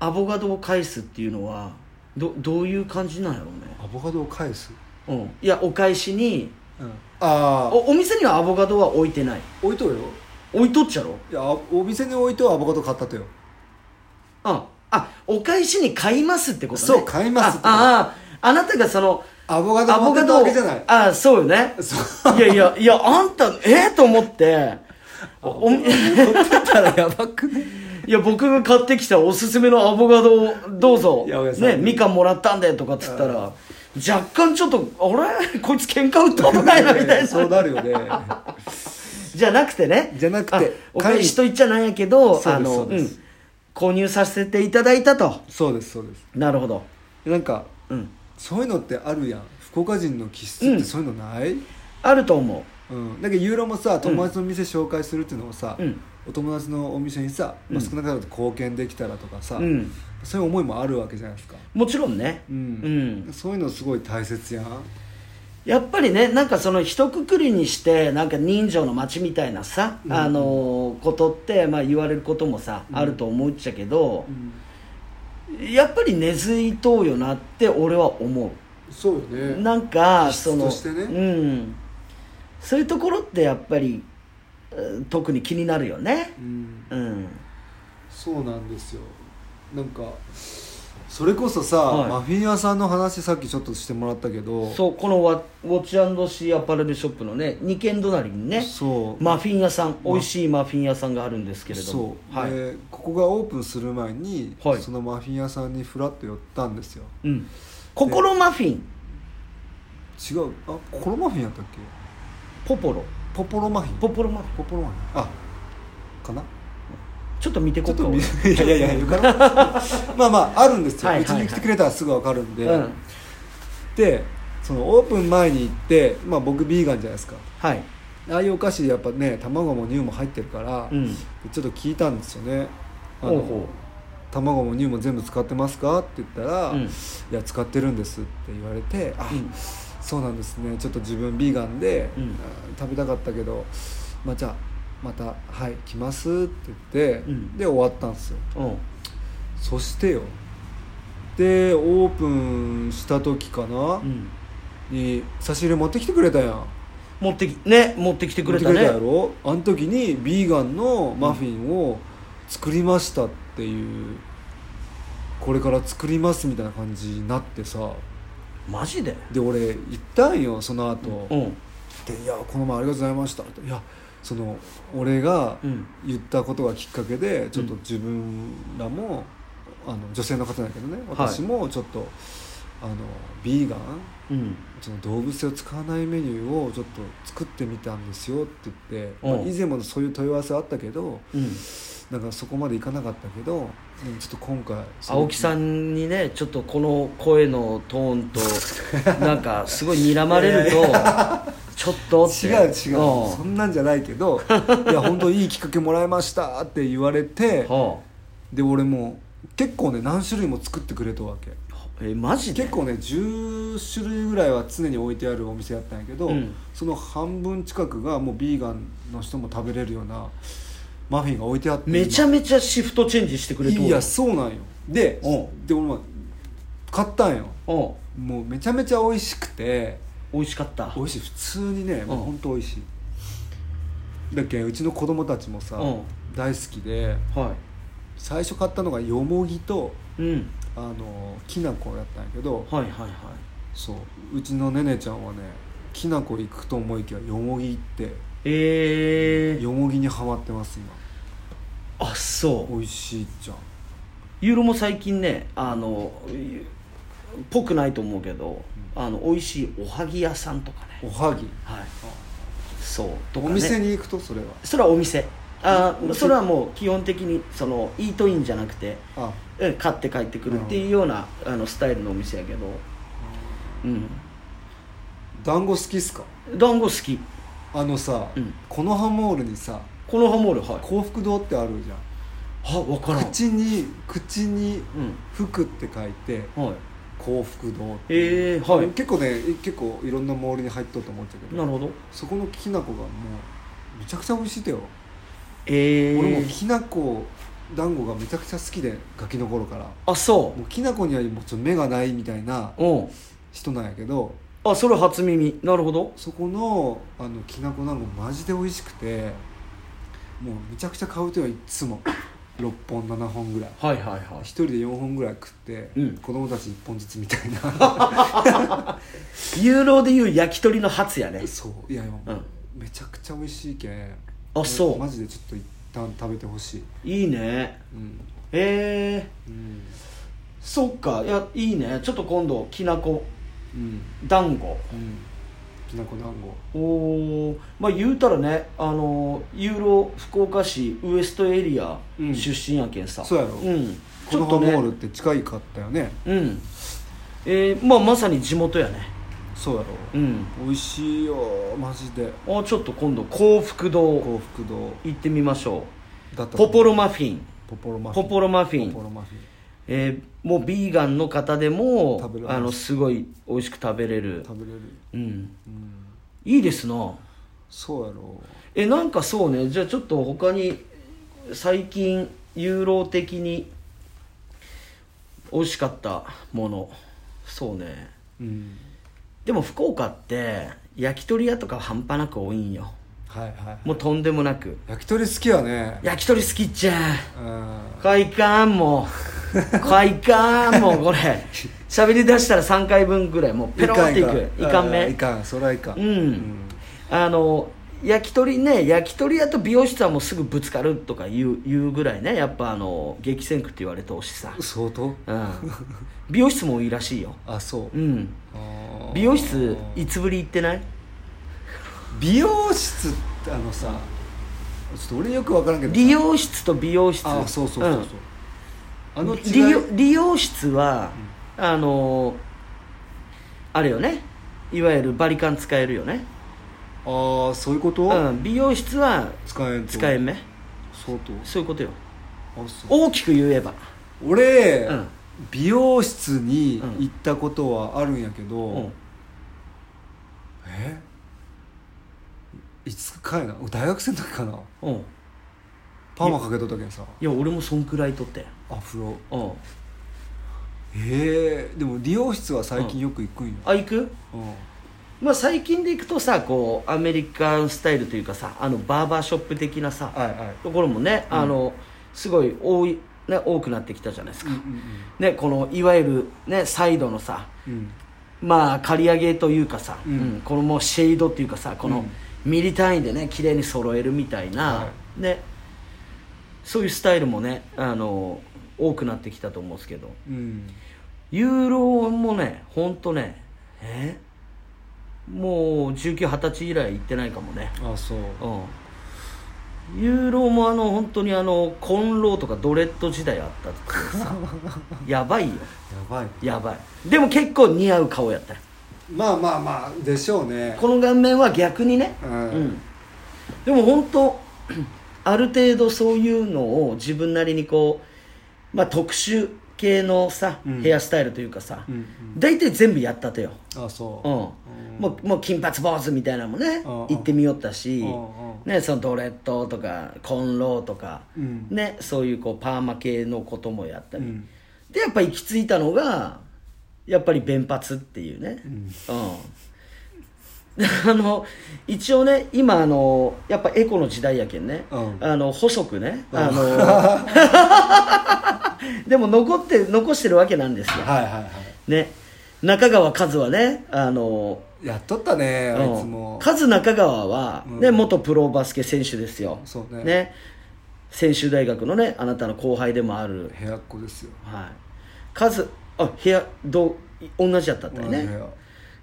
A: アボカドを返すっていうのはどどういう感じなんやろ
B: アボカドを返す、
A: うね、うん、いやお返しに
B: うん、ああ
A: おお店にはアボカドは置いてない
B: 置いとうよ
A: 置いとっちゃろ
B: いやあお店に置いてはアボカド買ったとよ
A: ああお返しに買いますってことね
B: そう買いますってこと
A: ああああなたがその
B: アボカド
A: アボ
B: 持っ
A: カ
B: てた
A: ド
B: わ
A: を
B: けじゃない
A: あそうよね
B: そ
A: いやいやいやあんたええと思っておお
B: 持ってたらやばくね
A: いや僕が買ってきたおすすめのアボカドをどうぞ
B: 八百屋さん
A: ねみかんもらったんでとかっつったら若干ちょっとあれ こいつ喧嘩売ったことないなみたい
B: そう
A: な
B: なるよね
A: じゃなくてね
B: じゃなくて
A: あお返しと言っちゃなんやけど
B: そうです
A: あの
B: そうです
A: 購入させていただいたと
B: そうですそうです
A: なるほど
B: なんか
A: うん
B: そういうのってあるやん福岡人の気質ってそういうのない、うん
A: あると思う
B: だけどユーロもさ友達の店紹介するっていうのをさ、
A: うん
B: お友達のお店にさ、まあ、少なからず貢献できたらとかさ、
A: うん
B: そういう思いもあるわけじゃないですか、
A: もちろんね、
B: うんそういうのすごい大切やん
A: やっぱりねなんかその一括りにしてなんか人情の街みたいなさ、あのーことって、まあ、言われることもさ、あると思うっちゃけど、やっぱり根付いとうよなって俺は思
B: そうよ
A: う、
B: ね
A: なんか
B: 気質
A: その
B: としてね
A: うん、そういうところってやっぱりうん特に気になるよね
B: うん
A: うん
B: そうなんですよなんかそれこそさ、
A: はい
B: マフィン屋さんの話さっきちょっとしてもらったけど
A: そうこのワウォッチシーアパレルショップのね2軒隣にね
B: そう
A: マフィン屋さん美味しいマフィン屋さんがあるんですけれども
B: そう、
A: はい、
B: でここがオープンする前に、
A: はい
B: そのマフィン屋さんにフラッと寄ったんですよ
A: うん心マフィン
B: 違うあコロマフィンやったっけ
A: ポポロ
B: ポポロマフィン
A: ポポロマフィン
B: ポポロマフィンあかな
A: ちょっと見て
B: ち
A: こ
B: ょっと
A: こ
B: 見 いやいやいや いるかなまあまああるんですよ
A: はいうは
B: ち
A: いはい
B: に来てくれたらすぐ分かるんで、
A: うん
B: でそのオープン前に行って、まあ、僕ビーガンじゃないですか
A: はい
B: ああいうお菓子やっぱね卵も乳も入ってるから、
A: うん
B: ちょっと聞いたんですよねあ
A: ほう
B: の
A: ほ
B: 卵も乳も全部使ってますか?」って言ったら「
A: うん
B: いや使ってるんです」って言われて「あ、
A: うん
B: そうなんですねちょっと自分ビーガンで、
A: うん
B: あ食べたかったけど、まあ、じゃあまたはい来ます」って言って、
A: うん
B: で終わったんですよ
A: ううん
B: そしてよでオープンした時かな、
A: うん
B: に差し入れ持ってきてくれたやん
A: 持ってきね持ってきてくれた
B: 持って
A: ね
B: やろあの時にビーガンのマフィンを作りましたっていう、これから作りますみたいな感じになってさ
A: マジで
B: で俺行ったんよその後、
A: うん
B: でいやこの前ありがとうございました」っていやその俺が
A: うん
B: 言ったことがきっかけでちょっと自分らも、あの女性の方だけどね私もちょっと、あのビーガン
A: うん
B: その動物性を使わないメニューをちょっと作ってみたんですよって言って、まあ
A: うん
B: 以前もそういう問い合わせはあったけど
A: うん
B: だからそこまでいかなかったけどでもちょっと今回
A: 青木さんにねちょっとこの声のトーンと なんかすごい睨まれるとちょっとって
B: 違う違う、
A: ん
B: そんなんじゃないけ どいや本当いいきっかけもらいましたって言われて
A: は
B: で俺も結構ね何種類も作ってくれたわけ
A: あえマジで
B: 結構ね10種類ぐらいは常に置いてあるお店やったんやけど、
A: うん
B: その半分近くがもうビーガンの人も食べれるようなマフィンが置いてあって
A: めちゃめちゃシフトチェンジしてくれと
B: いやそうなんよで
A: う
B: で俺も買ったんよ
A: うん
B: もうめちゃめちゃ美味しくて
A: 美味しかった
B: 美味しい普通にねもう
A: うん
B: ほんと美味しいだっけうちの子供たちもさ、
A: うん
B: 大好きで
A: は
B: 最初買ったのがよもぎと
A: いうん
B: あのきな粉やったんやけど
A: はいはいはい
B: そううちのねねちゃんはねきな粉行くと思いきやよもぎ行っ
A: え
B: て
A: ー、
B: よもぎにはまってます今
A: あそう
B: 美味しいじゃん
A: ユーロも最近ねあのぽくないと思うけどあの美味しいおはぎ屋さんとかね
B: おはぎ
A: はいそうとか、
B: お
A: ね、
B: 店に行くとそれは
A: それはお店あ
B: お
A: ー
B: 店
A: それはもう基本的にそのイートインじゃなくて
B: あ
A: うん買って帰ってくるっていうようなあのスタイルのお店やけどうん
B: 団子好きっすか
A: 団子好き
B: あのさ、
A: うん
B: このハモールにさ
A: このハモールはい
B: 幸福堂ってあるじ
A: あ分か
B: ゃ
A: ら
B: ん
A: ん
B: 口に口に
A: う
B: 福って書いて
A: んはい
B: 幸福堂っていう
A: えー、はい
B: 結構ね結構いろんなモールに入っとると思っちゃうけ
A: な
B: ど
A: るほど
B: そこのきな粉がもうめちゃくちゃ美味しいだよ、
A: ええ
B: 俺も
A: ー、
B: きな粉団子がめちゃくちゃ好きでガキの頃から
A: あそ
B: もうきな粉にはもうちょっと目がないみたいな
A: ううん
B: 人なんやけど
A: あそれ初耳なるほど
B: そこのあのきな粉団子マジで美味しくてもうめちゃくちゃ買うというのはいつ も6本7本ぐらい
A: はいはいは
B: 一人で4本ぐらい食って、
A: うん
B: 子供たち1本ずつみたいな
A: いユーロでいう焼き鳥の初やね
B: そういやいや、
A: うん
B: めちゃくちゃ美味しいけん
A: あそう
B: マジでちょっと一旦食べてほしい
A: いいね
B: うん、
A: ええ
B: うん
A: ー、そっかいやいいねちょっと今度きなこ
B: うん
A: 団子
B: うんきなこ団子
A: おーまあ言うたらねあのユーロ福岡市ウエストエリア
B: うん
A: 出身やけんさ、
B: そうやろ
A: ん
B: この
A: ちょ
B: ハ
A: っと
B: モ
A: ね
B: ールって近いかったよね
A: うんえーまあまさに地元やね
B: そうやろ
A: うん
B: 美味しいよマジで
A: あちょっと今度幸福堂
B: 幸福堂
A: 行ってみましょ
B: だっ
A: う
B: た
A: ポポロ
B: マ
A: マフィン
B: ポポロマフィ
A: ポポロマフィン
B: ポポロマフィン
A: えーもうビーガンの方でも
B: 食べれます
A: あのすごい美味しく食べれる
B: 食べれる
A: うん
B: うん
A: いいですな
B: そうやろ
A: えなんかそうねじゃあちょっと他に最近ユーロ的に美味しかったものそうね
B: うん
A: でも福岡って焼き鳥屋とか半端なく多いんよ
B: はいはい
A: もうとんでもなく
B: 焼き鳥好きやね
A: 焼き鳥好きっちゃ
B: うん
A: こいかんもうこいかんもうこれ喋り出したら3回分ぐらいもうペロンっていくいかん
B: う
A: め
B: いかんそれはいかん
A: うんあの焼き鳥ね焼き鳥屋と美容室はもうすぐぶつかるとか言う言うぐらいねやっぱあの激戦区って言われてほしさ、
B: 相当
A: うん、美容室もいいらしいよ、
B: あそ
A: う
B: う
A: ん、
B: あー
A: 美容室いつぶり行ってない
B: 美容室ってあのさちょっと俺よく分からんけどさ
A: 理容室と美容室
B: あそうそうそうそう、
A: ん
B: あの違い
A: 理容理容室は、あのあれよねいわゆるバリカン使えるよね、
B: ああそういうこと、
A: うん、美容室は
B: 使えんと
A: 使え目
B: 相当
A: そういうことよ
B: あそう
A: 大きく言えば
B: 俺、
A: うん
B: 美容室に行ったことはあるんやけど、
A: うん
B: えいつかやな大学生の時かな
A: うん
B: パーマかけとったけんさ
A: いや俺もそんくらいとって
B: アフロ
A: うん
B: へえでも理容室は最近よく行くんよ、
A: あ行く
B: うん
A: まあ最近で行くとさこうアメリカンスタイルというかさあのバーバーショップ的なさ
B: はいはい
A: ところもね、あのすごい多い、ね、多くなってきたじゃないですか、ね、このいわゆる、ね、サイドのさ
B: うんうん
A: まあ刈り上げというかさ、
B: うん
A: うんこのもうシェードっていうかさこ
B: う
A: の
B: ん
A: ミリ単位でね綺麗に揃えるみたいな、
B: は
A: ねそういうスタイルもねあの多くなってきたと思うんですけど
B: うん
A: ユーロもねほんとねえもう1920歳以来行ってないかもね
B: あそう
A: うんユーロもあの本当にあのコンローとかドレッド時代あったってさやばいよ
B: やばい
A: やばいでも結構似合う顔やったよ
B: まあまあまあでしょうね
A: この顔面は逆にね、
B: う
A: うん
B: ん、
A: でも本当 ある程度そういうのを自分なりにこう、まあ、特殊系のさ、
B: うん
A: ヘアスタイルというかさ、
B: うん
A: 大体全部やったとよ、
B: あそ
A: うん
B: うん
A: もうもう金髪坊主みたいなのもね
B: うん
A: 行ってみよったし、
B: うんうん
A: ね、そのドレッドとかコンローとか、
B: うん
A: ね、そういうこうパーマ系のこともやったり、
B: うん
A: でやっぱ行き着いたのがやっぱり弁髪っていうね、うんで あの一応ね今あのやっぱエコの時代やけんね、
B: うん
A: あの細くね、あの でも残って残してるわけなんですよ、
B: はいはいは
A: ね、中川和はねあの
B: いやっとったねあいつ
A: うん
B: も
A: カズ中川は、ね
B: うん
A: 元プロバスケ選手ですよ、
B: そうね
A: 専修大学のねあなたの後輩でもある、
B: 部屋っ子ですよ
A: はい、カズあ部屋どう同じやったったよね
B: 同じ部屋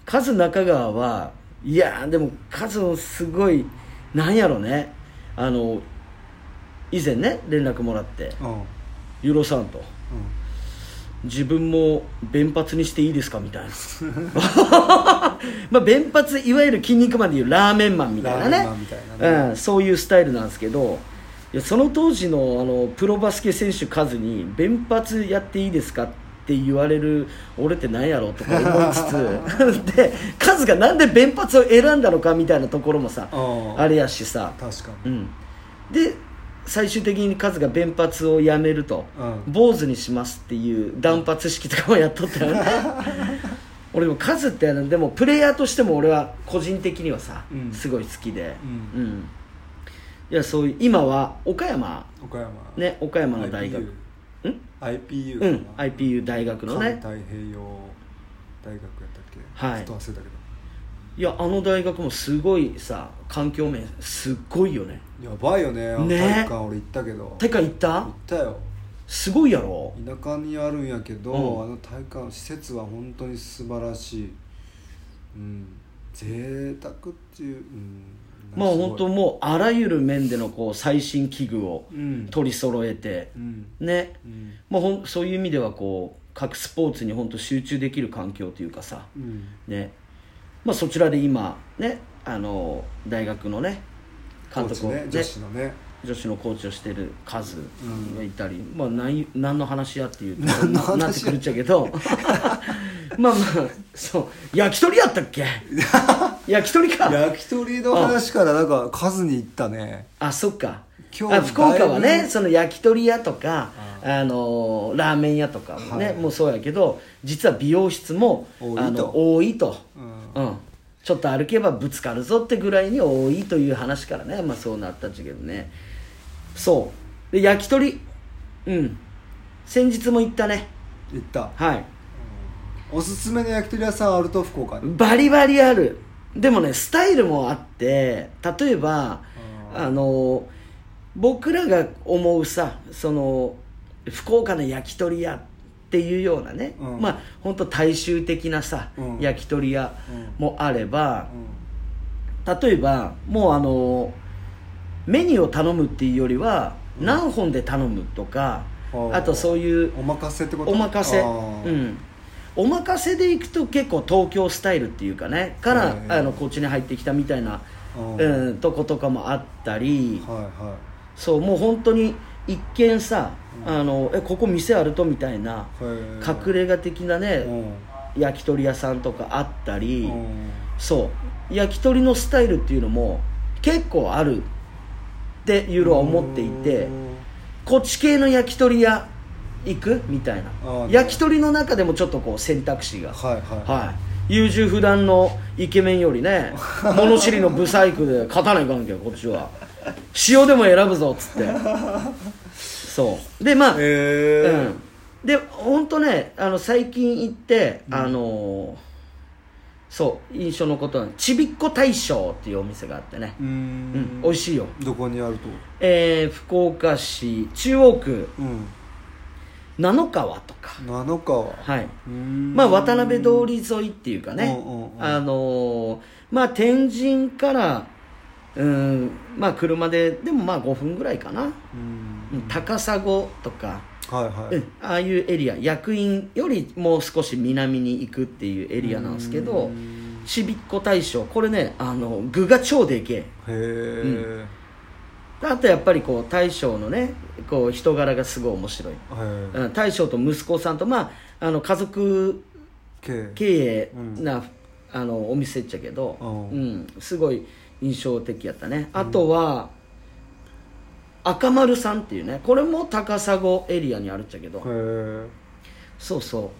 A: カズ中川はいやーでもカズもすごいなんやろねあの以前ね連絡もらって
B: うんうん
A: ユーロさんと自分も弁髪にしていいですかみたいな まあ弁髪いわゆる筋肉マンでいうラーメンマンみたいなね
B: ラーメンマンみたいなね
A: うん、そういうスタイルなんですけどいやその当時のあのプロバスケ選手カズに弁髪やっていいですかって言われる俺ってなんやろとか思いつ つでカズがなんで弁髪を選んだのかみたいなところもさ
B: うん
A: あれやしさ
B: 確か
A: う
B: に
A: ん、で最終的にカズが弁髪をやめると、
B: うん
A: 坊主にしますっていう断髪式とかもやっとった よね俺もカズってあのでもプレイヤーとしても俺は個人的にはさ、
B: うん
A: すごい好きで、
B: うん
A: うんいやそういう今は岡山
B: 岡山
A: ね岡山の大学
B: IPU
A: ん
B: IPU
A: う
B: か
A: ん
B: な
A: IPU 大学のね
B: 環太平洋大学やったっけ
A: はい
B: ちょっと忘れたけ
A: いやあの大学もすごいさ環境面すっごいよね
B: どやばいよねあの
A: ね
B: 体育館俺行ったけど
A: てか行っ
B: 行
A: た
B: ったよ
A: すごいやろ
B: 田舎にあるんやけど、
A: うん
B: あの体育館施設は本当に素晴らしいうん贅沢っていう、うん、
A: まあ
B: すごい
A: 本当もうあらゆる面でのこう最新器具を
B: うん
A: 取り揃えて
B: うん
A: ね
B: うん
A: まあほんそういう意味ではこう各スポーツに本当集中できる環境というかさ
B: うん
A: ねまあそちらで今ねあの大学のね監督を
B: コーチね女子のね
A: 女子のコーチをしてるカズ
B: うん
A: がいたり、まあ何何の話やっていうと
B: 何の話
A: なってくるっちゃけど まあまあそう焼き鳥やったっ け焼き鳥か
B: 焼き鳥の話からなんか数に行ったね
A: あそっか
B: 今日
A: あ福岡は
B: だい
A: ね
B: ぶ
A: その焼き鳥屋とかあのーラーメン屋とかもね、
B: はい
A: もうそうやけど実は美容室も
B: 多いと
A: あの多いと、
B: う
A: う
B: ん
A: んちょっと歩けばぶつかるぞってぐらいに多いという話からね、まあ、そうなったんだけどねそうで焼き鳥うん先日も行ったね
B: 行った
A: はい
B: おすすめの焼き鳥屋さんあると福岡に
A: バリバリあるでもねスタイルもあって例えば
B: あー
A: あの僕らが思うさその福岡の焼き鳥屋っていうようなね、
B: うん
A: まあ本当大衆的なさ、
B: うん
A: 焼き鳥屋もあれば
B: う、ん
A: 例えばもうあのメニューを頼むっていうよりは何本で頼むとか、
B: うん
A: あとそういう
B: お任せってこと
A: お任せ
B: あー
A: うんお任せで行くと結構東京スタイルっていうかねから、
B: へえ
A: あのこっちに入ってきたみたいな、
B: うん
A: うん、とことかもあったり
B: はいは
A: そうもう本当に一見さ、あのえここ店あるとみたいない
B: へー
A: 隠れ家的な
B: う
A: ね、
B: ん
A: 焼き鳥屋さんとかあったり、
B: うん
A: そう焼き鳥のスタイルっていうのも結構あるってユーロは思っていて。
B: うん
A: こっち系の焼き鳥屋行くみたいな
B: あー
A: 焼き鳥の中でもちょっとこう選択肢が
B: はいはい
A: はい優柔不断のイケメンより ね物知りのブサイクで勝たないかんけんこっちは塩でも選ぶぞっつってそうでまあ、
B: え
A: うん
B: ー
A: で本当ねあの最近行って、あのーそう印象のことなんちびっこ大将っていうお店があってね
B: うー
A: うんん美味しいよ
B: どこにあると
A: えー、福岡市中央区
B: うん
A: 七川とか
B: 七川
A: はい、
B: うーん
A: まあ、渡辺通り沿いっていうかね、
B: うんうんうん
A: あのーまあ天神からうんまあ車ででもまあ5分ぐらいかな、
B: う
A: う
B: ん
A: ん高砂とか、
B: はいはい、
A: うんああいうエリア役員よりもう少し南に行くっていうエリアなんですけど
B: うん
A: ちびっこ大賞これねあの具が超でけえ
B: へえ、
A: あとやっぱりこう大将のねこう人柄がすごい面白い、
B: はい
A: うん、大将と息子さんとまああの家族
B: K
A: 経営な、あのお店っちゃけど、
B: う
A: うんんすごい印象的やったねあとは、赤丸さんっていうねこれも高砂エリアにあるっちゃけど、
B: へえ
A: そうそう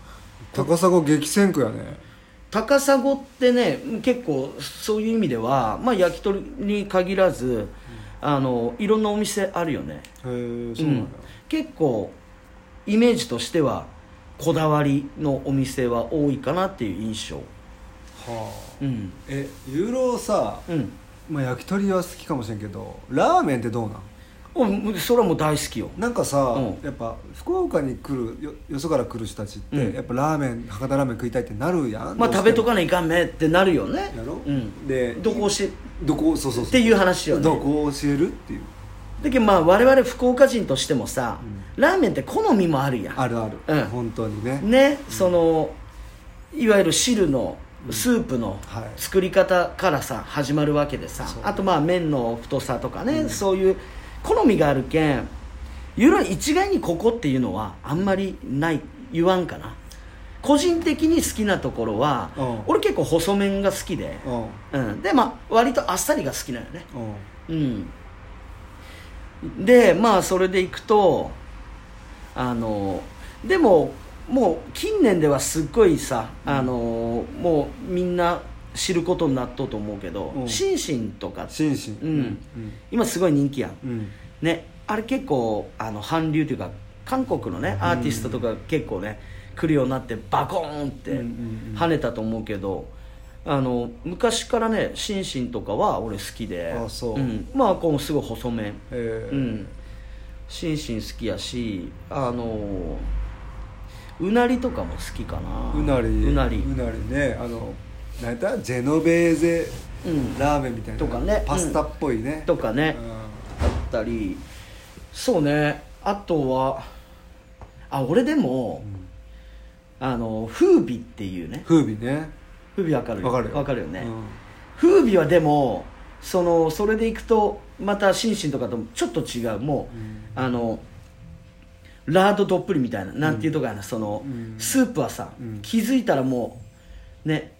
B: 高砂激戦区やね
A: 高砂ってね結構そういう意味では、まあ、焼き鳥に限らずあのいろんなお店あるよね
B: へえそうなんや、
A: 結構イメージとしてはこだわりのお店は多いかなっていう印象
B: はあ
A: うん
B: えユーロさ、
A: うん
B: まあ、焼き鳥は好きかもしれんけどラーメンってどうなん
A: おもうそれはもう大好きよ
B: なんかさ、
A: うん
B: やっぱ福岡に来るよよそから来る人たちって、
A: うん
B: やっぱラーメン博多ラーメン食いたいってなるやん
A: まあ
B: どう
A: 食
B: して
A: べ
B: も
A: とかないかんねってなるよね
B: やろ、
A: うん、
B: で
A: どこをし
B: どこそうそうそう
A: っていう話よね
B: どこを教えるっていう
A: だけどまあ我々福岡人としてもさ、
B: う
A: ラーメンって好みもあるやん
B: あるある、
A: うん
B: 本当にね
A: ね、そのいわゆる汁のスープの
B: はい
A: 作り方からさ始まるわけでさ、
B: そう
A: あとまあ麺の太さとかね、そういう好みがあるけんゆら一概にここっていうのはあんまりない言わんかな個人的に好きなところは、
B: うん
A: 俺結構細麺が好きで
B: う、んうん
A: うん、でまあ割とあっさりが好きなのよねうんでまあそれでいくとあのでももう近年ではすっごいさ、あのもうみんな知ることになっとうと思うけど、
B: うん
A: シンシンとか
B: 心
A: う
B: 身
A: ん今すごい人気やん
B: うんうん
A: ねあれ結構あの韓流というか韓国のねアーティストとか結構ね、来るようになってバコーンって
B: うんうんうん
A: 跳ねたと思うけど、あの昔からねシンシンとかは俺好きで、
B: あそうん
A: まあこうすごい細麺
B: えー
A: うんシンシン好きやしあのうなりとかも好きかな
B: うなり
A: うなり
B: うなりねあの何やったジェノベーゼ
A: うん
B: ラーメンみたいな
A: とかね
B: パスタっぽいね、
A: とかね、あったりそうねあとはあ俺でも、あの風靡っていうね
B: 風味ね
A: 風靡わかる
B: わかるよ
A: わかるよね、
B: うん
A: 風靡はでもそのそれでいくとまた心身とかとちょっと違うもう、
B: うん
A: あのラードどっぷりみたいななんていうとかやな、その、
B: うん
A: スープはさ、
B: うん
A: 気づいたらもうね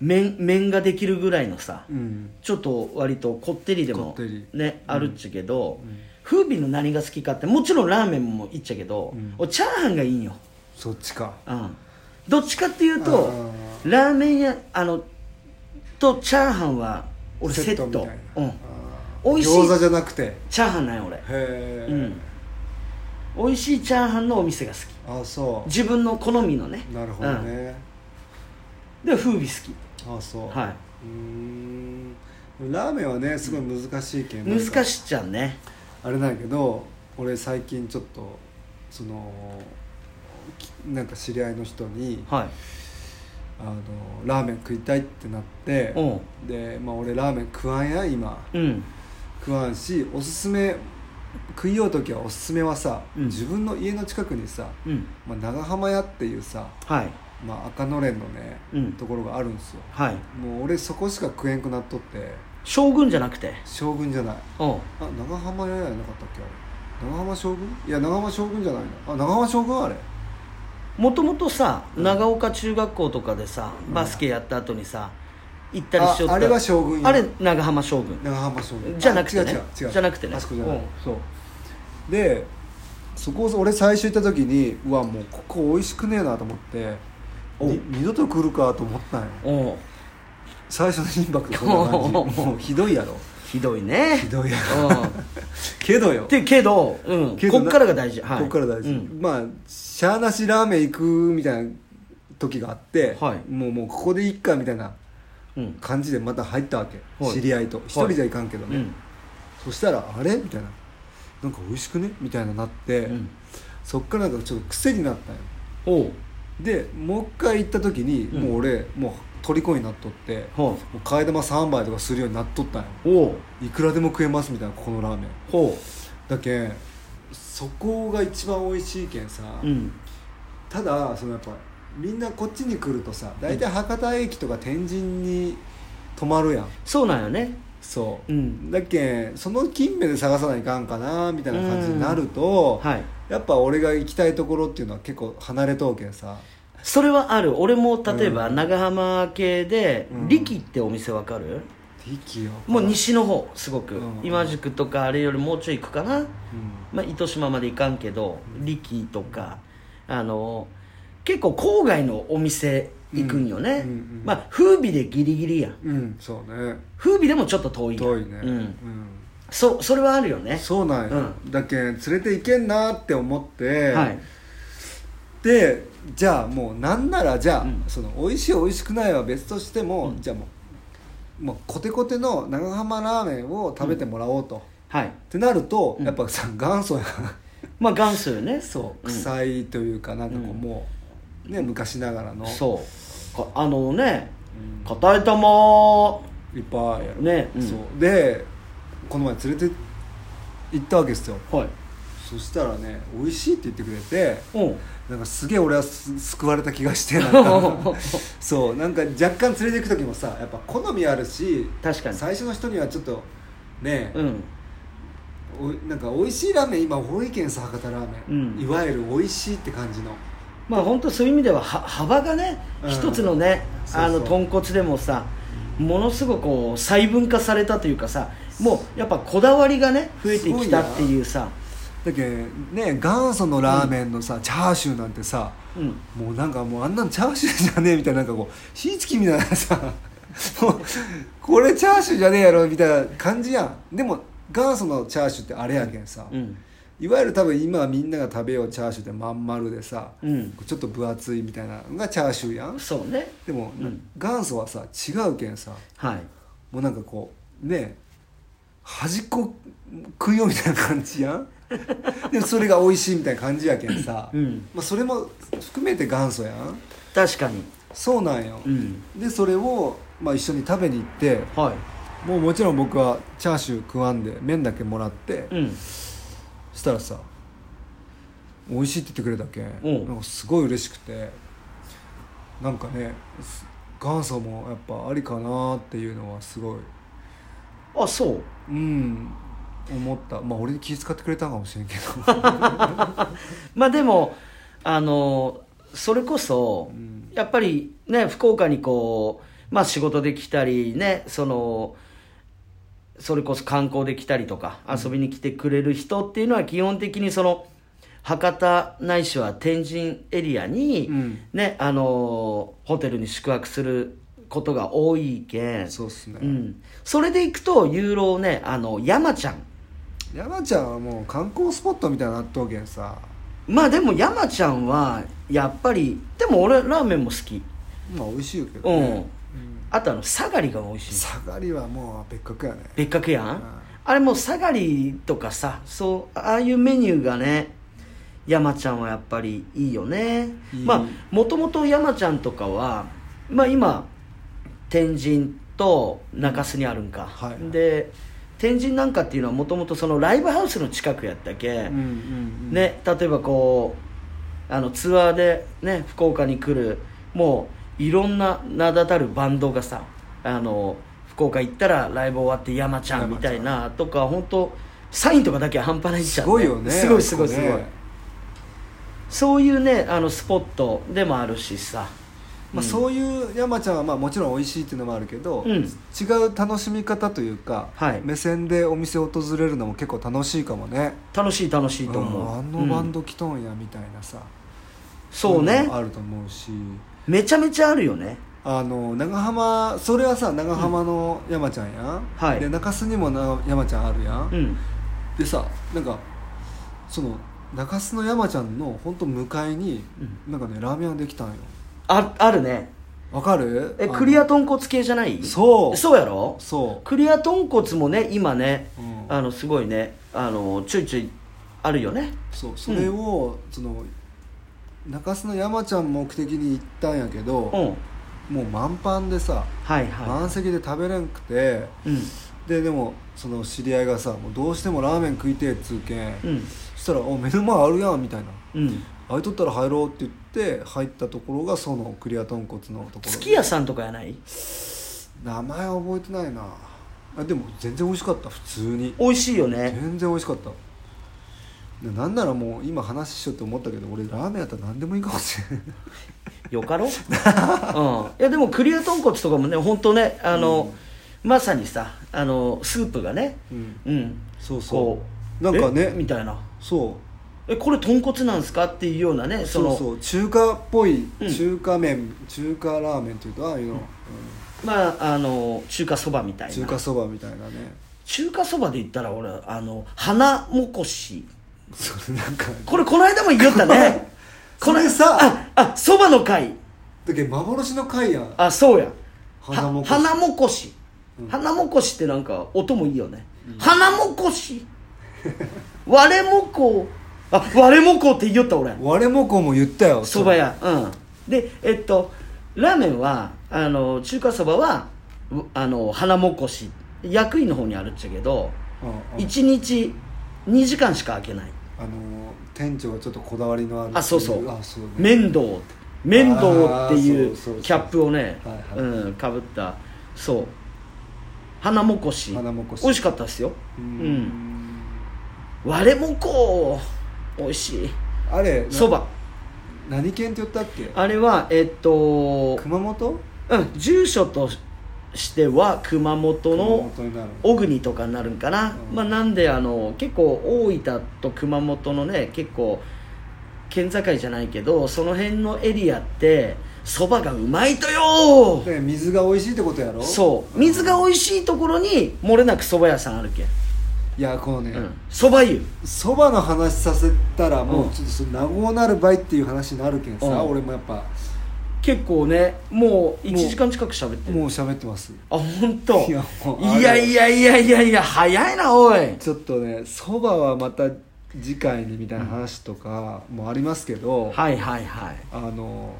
A: 麺麺ができるぐらいのさ、
B: うん
A: ちょっと割とこってりで
B: こ
A: も
B: ってり
A: ねあるっちゃけど、
B: うん
A: 風味の何が好きかってもちろんラーメンもいっちゃけど、
B: うん
A: おチャーハンがいいんよ、
B: そっちか
A: うん、どっちかっていうと
B: あ
A: ラーメン屋あのとチャーハンは俺セット
B: みたいな
A: うん、
B: あ
A: 美
B: ー
A: 味しい
B: 餃子じゃなくてへ
A: チャーハンなんよ俺、
B: え、
A: うん、美味しいチャーハンのお店が好き
B: あそ
A: 自分の好みのね
B: うなるほどね、
A: うんで風味好き
B: あそう
A: はいう
B: ーんラーメンはねすごい難しいけん、なんか
A: 難しいちゃんね
B: あれなんやけど俺最近ちょっとそのきなんか知り合いの人に
A: はい
B: あのラーメン食いたいってなって
A: お
B: で、まあ、俺ラーメン食わんや今
A: うん
B: 食わんしおすすめ食いよう時はおすすめはさ、
A: うん
B: 自分の家の近くにさ、
A: うん
B: まあ、長浜屋っていうさ、
A: はい
B: まあ、赤のれんのね、
A: うん
B: ところがあるんですよ
A: はい
B: もう俺そこしか食えんくなっとって
A: 将軍じゃなくて
B: 将軍じゃない
A: おう
B: あ長浜屋やなかったっけあれ長浜将軍いや長浜将軍じゃないのあ長浜将軍あれ
A: もともとさ長岡中学校とかでさバスケやった後にさ行ったりしよった
B: ああれは将軍よ
A: あれ長浜将軍
B: 長浜将軍
A: じゃなくてね
B: あ違う違う違う
A: じゃなくてね
B: あそこじゃない、
A: うん
B: そうでそこを俺最初行った時にうわもうここ美味しくねえなと思って
A: お
B: に二度と来るかと思ったんよ
A: おう
B: 最初のインパクトそ んな感じもうひどいやろ
A: ひどいね
B: ひどいやろ
A: う
B: けどよ
A: んでけど、うん、
B: けど
A: こ
B: な
A: っからが大事、はい、
B: ここから大事、
A: うん
B: まあしゃあなしラーメン行くみたいな時があって、
A: はい
B: もうもうここでいっかみたいな
A: うん
B: 感じでまた入ったわけ、
A: はい
B: 知り合いと一人じゃいかんけど
A: う
B: ね、
A: ん
B: そしたら「あれ?」みたいな「なんか美味しくね?」みたいななって、
A: うん
B: そっからなんかちょっと癖になったんよ
A: おう
B: でもう一回行った時に、
A: うん
B: もう俺もう虜になっとって、
A: ほ
B: もう替え玉3杯とかするようになっとったんよ
A: うおう
B: いくらでも食えますみたいなここのラーメン
A: ほ
B: だけんそこが一番美味しいけんさ、
A: ううん
B: ただそのやっぱみんなこっちに来るとさ大体博多駅とか天神に泊まるやん
A: そうなんよね
B: そう、
A: うん
B: だけんその近辺で探さないかんかなみたいな感じになると、
A: はい
B: やっぱ俺が行きたいところっていうのは結構離れとうけんさ
A: それはある俺も例えば
B: うん
A: 長浜系で
B: うん
A: 力ってお店わかる
B: 力よ
A: もう、西の方すごく
B: うん
A: 今宿とかあれよりもうちょい行くかな
B: うん
A: まあ糸島まで行かんけど力とかあの結構郊外のお店行くんよね、
B: うんうんうん
A: まあ風靡でギリギリやん
B: うん、そうね
A: 風靡でもちょっと遠いやん
B: 遠いね、
A: うん、そそれはあるよね
B: そうなんよ、だけん連れて行けんなって思って、
A: はい
B: でじゃあもうなんならじゃあ、
A: うん
B: その美味しい美味しくないは別としても、
A: うん
B: じゃあもうもうコテコテの長浜ラーメンを食べてもらおうと、っ
A: はい
B: てなると、
A: うん
B: やっぱさ元祖や
A: まあ元祖よね
B: そう
A: うん
B: 臭いというかなんかこう、
A: うん
B: もうね昔ながらの
A: そうかあのね
B: うん
A: 硬い玉
B: いっぱいやる
A: ねうん
B: そうでこの前連れて行ったわけですよ
A: はい
B: そしたらね美味しいって言ってくれて
A: うん
B: なんかすげえ俺はす救われた気がしてな んかそうなんか若干連れて行く時もさやっぱ好みあるし
A: 確かに
B: 最初の人にはちょっとね、
A: うん
B: おいなんか美味しいラーメン今多いけんさ博多ラーメン、
A: うん
B: いわゆる美味しいって感じの
A: まあ本当そういう意味ではは幅がね
B: うん
A: 一つのね
B: そうそう
A: あの豚骨でもさものすごくこう細分化されたというかさもうやっぱこだわりがね増えてきたっていうさ
B: だけどね元祖のラーメンのさ、チャーシューなんてさ
A: うん
B: もうなんかもうあんなんチャーシューじゃねえみたいななんかこうひいつきみたいなさもうこれチャーシューじゃねえやろみたいな感じやんでも元祖のチャーシューってあれやけんさ、
A: うん
B: いわゆる多分今みんなが食べようチャーシューってまん丸でさ、
A: うん
B: ちょっと分厚いみたいなのがチャーシューやん
A: そうね
B: でも、
A: うん
B: 元祖はさ違うけんさ
A: はい
B: もうなんかこうね端っこ食いようみたいな感じやん でもそれが美味しいみたいな感じやけんさ、
A: うん
B: まあ、それも含めて元祖やん
A: 確かに
B: そうなんよ、
A: うん
B: でそれを、まあ、一緒に食べに行って
A: は
B: もうもちろん僕はチャーシュー食わんで麺だけもらって、
A: いうん
B: したらさ美味しいって言ってくれたけ
A: うん
B: なんかすごい嬉しくてなんかねす元祖もやっぱありかなっていうのはすごい
A: あそう
B: うん思ったまあ俺に気遣ってくれたんかもしれんけ
A: まあでもあのそれこそ、
B: うん
A: やっぱりね福岡にこうまあ仕事で来たりねそのそれこそ観光で来たりとか遊びに来てくれる人っていうのは基本的にその博多ないしは天神エリアに、
B: うん
A: ねあのホテルに宿泊することが多いけん
B: どそうっすね、
A: うん、それで行くとユーロをねあの山ちゃん
B: 山ちゃんはもう観光スポットみたいになっとうけんさ
A: まあでも山ちゃんはやっぱりでも俺ラーメンも好き
B: まあ美味しいけど
A: うん、
B: ね、
A: あとあのサガリが美味しい
B: 下がりはもう別格やね
A: 別格やん、
B: うん
A: あれもうサガリとかさそうああいうメニューがね山ちゃんはやっぱりいいよね、
B: いい
A: まあもともと山ちゃんとかはまあ今天神と中洲にあるんか、
B: はいはい
A: で天神なんかっていうのはもともとそのライブハウスの近くやったけ、
B: うんうんうん
A: ね、例えばこうあのツアーで、ね、福岡に来るもういろんな名だたるバンドがさあの福岡行ったらライブ終わって山ちゃんみたいなとか本当サインとかだけは半端ないじ
B: す
A: ゃん、
B: ごいよね
A: すごいすごい
B: あ
A: す
B: そ
A: ご
B: こ
A: い、
B: ね
A: そういうねあのスポットでもあるしさ、う
B: まあ、
A: ん
B: そういう山ちゃんはまあもちろん美味しいっていうのもあるけど、
A: うん
B: 違う楽しみ方というか、
A: はい
B: 目線でお店を訪れるのも結構楽しいかもね
A: 楽しい楽しいと思う、
B: うんあのバン
A: うん
B: ド来とんやみたいなさ、
A: そうね
B: いのもあると思うし
A: めちゃめちゃあるよね
B: あの長浜それはさ長浜の山ちゃんやん、
A: はい
B: で中洲にもな山ちゃんあるやん、
A: うん
B: でさなんかその中洲の山ちゃんのほんと向かいに、なんかねラーメン屋できたんよ
A: ああるね
B: わかる
A: えクリア
B: と
A: 豚骨系じゃない
B: そう
A: そうやろ
B: そ
A: クリア豚骨もね今ね、
B: うん
A: あのすごいねあのちょいちょいあるよね
B: うそうそれを、その中洲の山ちゃん目的に行ったんやけど、
A: うん
B: もう満帆でさ、
A: はいは
B: 満席で食べれんくて
A: いうん
B: ででもその知り合いがさもうどうしてもラーメン食いてえっつうけん、
A: うん
B: そしたら「お目の前あるやん」みたいな
A: うん
B: 「空いとったら入ろう」って言って入ったところがそのクリア豚骨のところ
A: 月屋さんとかやない
B: 名前覚えてないなあでも全然美味しかった普通に
A: 美味しいよね
B: 全然美味しかったでなんならもう今話しようって思ったけど俺ラーメンやったら何でもいいかもし れない
A: よ かろ、うん、いやでもクリア豚骨とかもね本当ねあの、まさにさあのスープがね
B: うん
A: うん
B: そうそ
A: こ
B: うなんか
A: えみ
B: ね
A: たいな
B: そう
A: えこれ豚骨なんすかっていうようなねそ
B: そ
A: の
B: うそう中華っぽい
A: うん
B: 中華麺、中華ラーメンっていうとああいうの、
A: まああの中華そばみたいな
B: 中華そばみたいなね
A: 中華そばで言ったら俺あの花もこし
B: それなんか
A: これこの間も言いよったね
B: それ
A: あ
B: さ
A: あそばの会
B: だけど幻の回やん
A: あそうや
B: 花もこし
A: は花もこし、
B: うん
A: 花もこしってなんか音もいいよね、花もこし割れもこあ割れもこって言いよった俺
B: 我もこも言ったよ
A: そば屋うんでえっとラーメンはあの中華そばはうあの花もこし役員の方にあるっちゃけど
B: それうんうん
A: 1日2時間しか開けない
B: あの店長がちょっとこだわりのある
A: あそうそう
B: あそうね
A: 面倒面倒ってい
B: あー
A: う
B: そうそうそう
A: キャップをね
B: はいはい
A: うんかぶったそう花もこし
B: 花もこし
A: 美味しかったですよ
B: う
A: うん
B: ん
A: 割れもこ美味しい
B: あれな
A: そば
B: 何県って言ったっけ
A: あれはえっと
B: 熊本
A: うん住所としては熊本
B: 熊
A: の
B: 本になる
A: 小国とかになるんかな、
B: うん
A: まあ、なんであの結構大分と熊本のね結構県境じゃないけどその辺のエリアってそばがうまいとよ
B: で水が美味しいってことやろ
A: そう水が美味しいところに漏れなくそば屋さんあるけん
B: いやこのね
A: うんそば湯
B: そば、の話させたら
A: う
B: もうんちょっとその名護なるばいっていう話になるけんさ、
A: うん
B: 俺もやっぱ
A: 結構ねもう1
B: もう
A: 時間近く喋ってる
B: もう喋ってます
A: あ本当
B: いやもう
A: いやいやいやいやいや早いなおい
B: ちょっとねそばはまた次回にみたいな話とかもありますけど、
A: はいはいはい
B: あの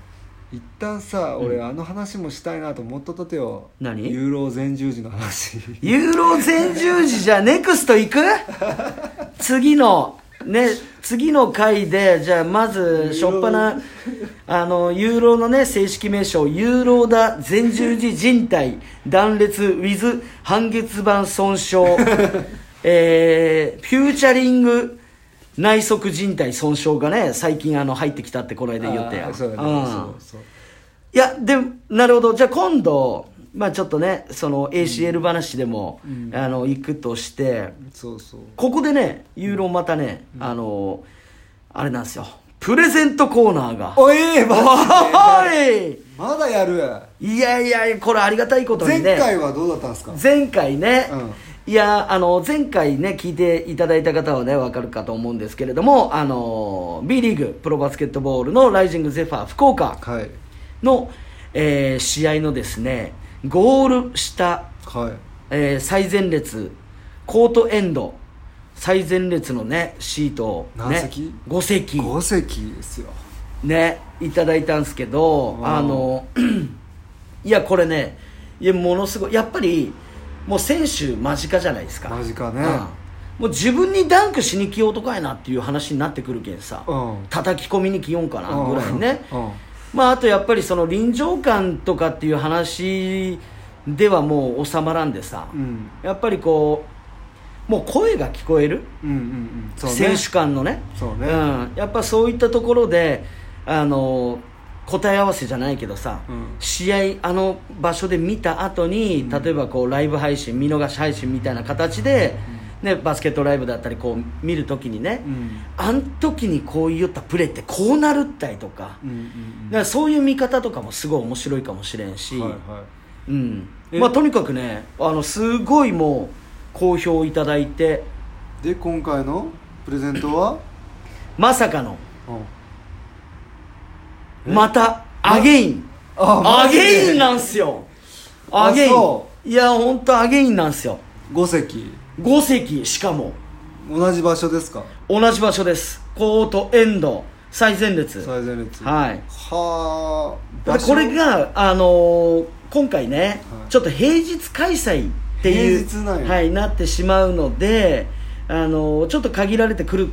B: 一旦さ俺、
A: うん
B: あの話もしたいなと思っとったてよ
A: 何
B: ユーロ全十字 の話
A: ユーロ全十字じゃあネクスト行く次のね次の回でじゃあまずしょっぱなあのユーロのね正式名称ユーロだ全十字人体断裂 with 半月板損 傷えー、フューチャリング内側靭帯損傷がね最近あの入ってきたってこの間言ってや
B: あーそうだね、
A: うん
B: そうそう
A: いやでもなるほどじゃあ今度まあちょっとねその ACL 話でも、あの行くとして
B: そうそう
A: ここでねユーロまたね、あのあれなんですよプレゼントコーナーが
B: おえー、マ
A: おーい
B: ジでまだやる
A: いやいやこれありがたいことに
B: 前
A: ね
B: 回はどうだったんですか
A: 前回ね、
B: うん
A: いやあの前回ね聞いていただいた方はね分かるかと思うんですけれどもあの B リーグプロバスケットボールのライジングゼファー福岡
B: はい
A: の、えー試合のですねゴール下、
B: はい
A: えー最前列コートエンド最前列のねシートを、ね、
B: 何席
A: ?5 席
B: 五席ですよ
A: ねいただいたんですけど
B: うん
A: あの いやこれねいやものすごいやっぱりもう選手間近じゃないですか
B: 間近ね
A: うんもう自分にダンクしに来ようとかやなっていう話になってくるけんさ、
B: うん
A: 叩き込みに来よんかなぐらいね、
B: うんうん
A: まあ、あとやっぱりその臨場感とかっていう話ではもう収まらんでさ、
B: うん
A: やっぱりこうもう声が聞こえる、
B: うんうんうんそうね
A: 選手間のね
B: そうね
A: ん、やっぱそういったところであの答え合わせじゃないけどさ、
B: うん
A: 試合あの場所で見た後に、例えばこうライブ配信見逃し配信みたいな形で、ね、バスケットライブだったりこう見るときにね、
B: うん
A: あん時にこういったプレーってこうなるったいとか。
B: うんうん
A: だからそういう見方とかもすごい面白いかもしれん
B: う
A: し、
B: んはいは
A: うん
B: え
A: まあ、とにかくねあのすごいもう好評いただいて
B: いで今回のプレゼントは
A: まさかの
B: うん
A: またアゲイン
B: あ
A: ア
B: マジで
A: ゲインなんすよアゲイ
B: あそ
A: ンいや本当アゲインなんすよ
B: 5席
A: 5席しかも
B: 同じ場所ですか
A: 同じ場所ですコートエンド最前列
B: 最前列
A: はい
B: はあ
A: でこれが、あのー今回ね、
B: はい
A: ちょっと平日開催っていう
B: 平日なんや
A: はい、なってしまうので、あのーちょっと限られてくる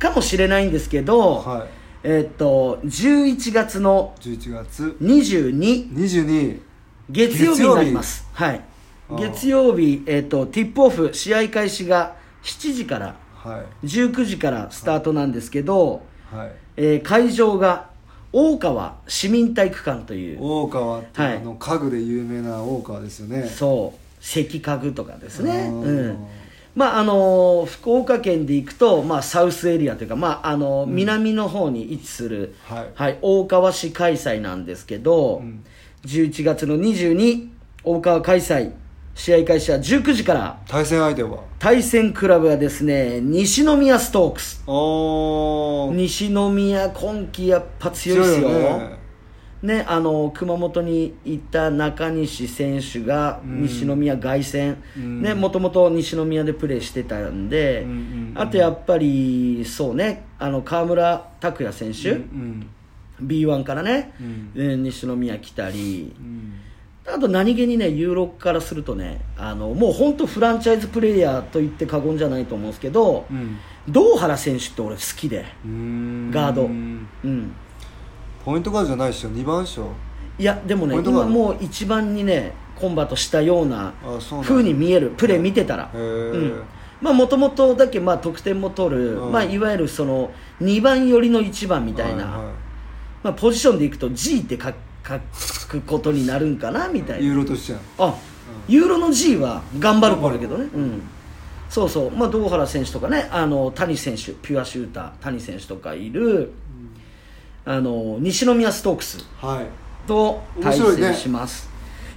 A: かもしれないんですけど、
B: は
A: えっと11月の
B: い11月
A: 22
B: 22
A: 月曜日になりますはい
B: あー
A: 月曜日、えっとティップオフ試合開始が7時から
B: は
A: 19時からスタートなんですけど、
B: いはい
A: えー会場が大川市民体育館という
B: 大川って、
A: はい
B: あの家具で有名な大川ですよね
A: そう関家具とかですね、
B: あー
A: うん、まああのー福岡県で行くと、まあ、サウスエリアというか、まああのー南の方に位置する、
B: はい
A: 大川市開催なんですけど、
B: うん
A: 11月の22大川開催試合開始は19時から
B: 対戦相手は
A: 対戦クラブはですね西宮ストークス
B: おー
A: 西宮今季やっぱ強いですよね、あの熊本にいた中西選手が
B: うん
A: 西宮凱旋、
B: うん
A: ねもともと西宮でプレーしてたんで、
B: うんうんうん
A: あとやっぱりそうねあの川村拓也選手、
B: うん、
A: B1 からね、
B: うん
A: えー西宮来たり
B: うんうん
A: あと何気にねユーロからするとねあのもう本当フランチャイズプレーヤーと言って過言じゃないと思うんですけど、
B: うん
A: 堂原選手って俺好きで、
B: うーん
A: ガードうん、
B: ポイントガードじゃないっしょ2番っしょ
A: いやでもね
B: ポイントガー
A: 今
B: ド
A: もう一番にねコンバートしたような
B: あそうなんだ
A: 風に見えるプレー見てたら
B: へえ、
A: うんまあもともとだけまあ得点も取る、
B: うん
A: まあ、いわゆるその2番寄りの1番み
B: み
A: たいな、まあ、ポジションでいくと G って書書くことになるんかなみたい
B: ユ
A: な
B: ーロとしては
A: あユーロの G は頑張る方だけどね、うん、そうそう、まあ、堂原選手とかねあの谷選手ピュアシューター谷選手とかいるあの西宮ストークス
B: はい
A: と対
B: 面白い
A: 戦
B: ね
A: します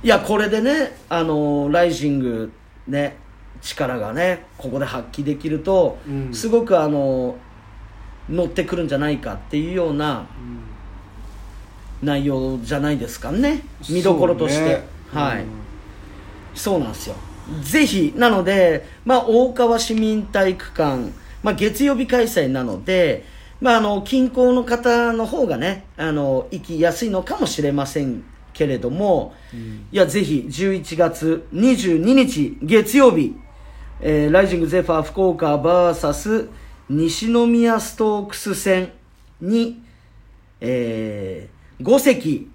A: い,、やこれでねあのライジングね力がねここで発揮できると、
B: うん
A: すごくあの乗ってくるんじゃないかっていうような内容じゃないですかね見どころとして、
B: そうね
A: はい、
B: うん
A: そうなんですよぜひなので、まあ、大川市民体育館、まあ、月曜日開催なので、まあ、あの近郊の方の方がねあの行きやすいのかもしれませんけれども、いやぜひ11月22日月曜日、えーライジングゼファー福岡 VS 西宮ストークス戦に、え5席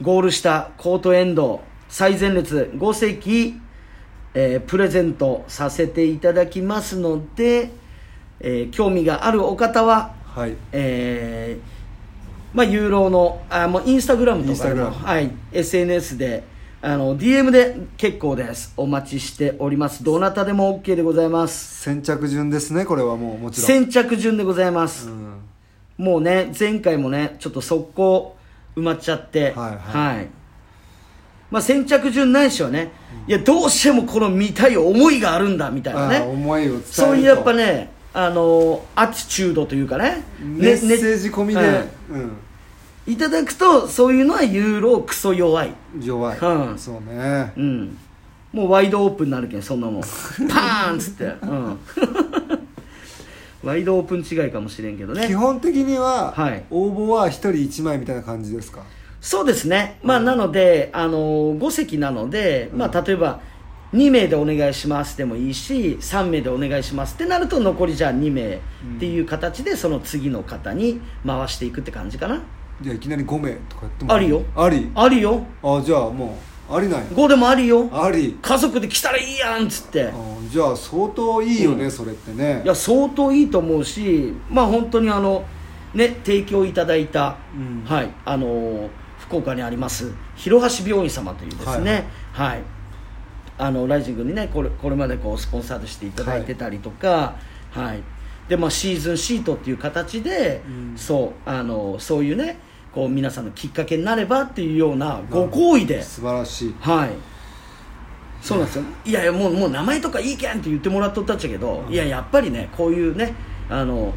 A: ゴールしたコートエンド最前列5席、えープレゼントさせていただきますので、えー興味があるお方は、
B: はい
A: えーまあ、ユーロのあもうインスタグラムとかでも、
B: Instagram
A: はい、SNS であの DM で結構ですお待ちしておりますどなたでも OK でございます
B: 先着順ですねこれはもうもちろん
A: 先着順でございます、
B: うん
A: もうね前回もねちょっと速攻埋まっちゃって
B: はいはい
A: まあ、先着順ないしはね、いやどうしてもこの見たい思いがあるんだみたいな
B: ああ
A: ね
B: 思いを伝えると
A: そういうやっぱねあのアティチュードというかね
B: メッセージ込みで、
A: ねいただくとそういうのはユーロクソ弱い
B: うん、弱い、
A: うん
B: そうね
A: うんもうワイドオープンになるけんそんな もんパーンっつって、うん、 ワイドオープン違いかもしれんけどね
B: 基本的には、
A: はい
B: 応募は1人1枚みたいな感じですか
A: そうですね、まあ、なので、あの5席なので、まあ、例えば2名でお願いしますでもいいし3名でお願いしますってなると残りじゃあ2名っていう形でその次の方に回していくって感じかな、
B: じゃあいきなり5名とかやっても
A: ありよ
B: あり
A: あるよ
B: あじゃあもうありなんや
A: 5でもあるよ
B: あり
A: 家族で来たらいいやんっつって
B: あじゃあ相当いいよね、
A: うん
B: それってね
A: いや相当いいと思うしまあ本当にあのね提供いただいた、
B: うん
A: はいあの福岡にあります広橋病院様というですねはい、あのライジングにねこれこれまでこうスポンサードしていただいてたりとかはい、でまあシーズンシートっていう形で、
B: うん
A: そうあのそういうねこう皆さんのきっかけになればっていうようなご好意で
B: 素晴らしい
A: はいそうなんですよいやいやもうもう名前とかいいけんって言ってもらっとったっちゃけど、
B: うん
A: いややっぱりねこういうねあの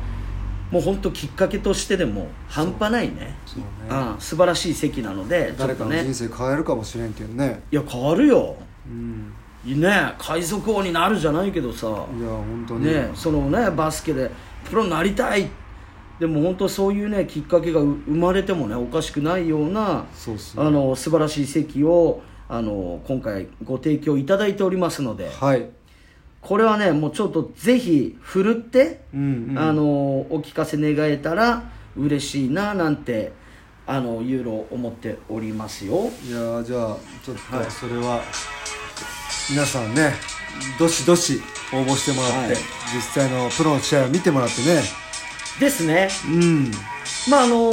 A: もう本当きっかけとしてでも半端ないね
B: そうね
A: うん、素晴らしい席なのでちょ
B: 誰
A: っ
B: か
A: と
B: の
A: ね
B: 人生変えるかもしれんけんね
A: いや変わるよ
B: うん
A: ね海賊王になるじゃないけどさ
B: いや本当に、
A: ねそのねバスケでプロになりたいでも本当そういうねきっかけがう生まれてもねおかしくないような
B: そうっすね
A: あの素晴らしい席をあの今回ご提供いただいておりますので
B: はい
A: これはねもうちょっとぜひふるって、
B: うんうん
A: あのお聞かせ願えたら嬉しいななんてあのユーロ思っておりますよ
B: いやーじゃあちょっとそれは、皆さんねどしどし応募してもらって、
A: はい
B: 実際のプロの試合を見てもらってね
A: ですね
B: うん
A: まああの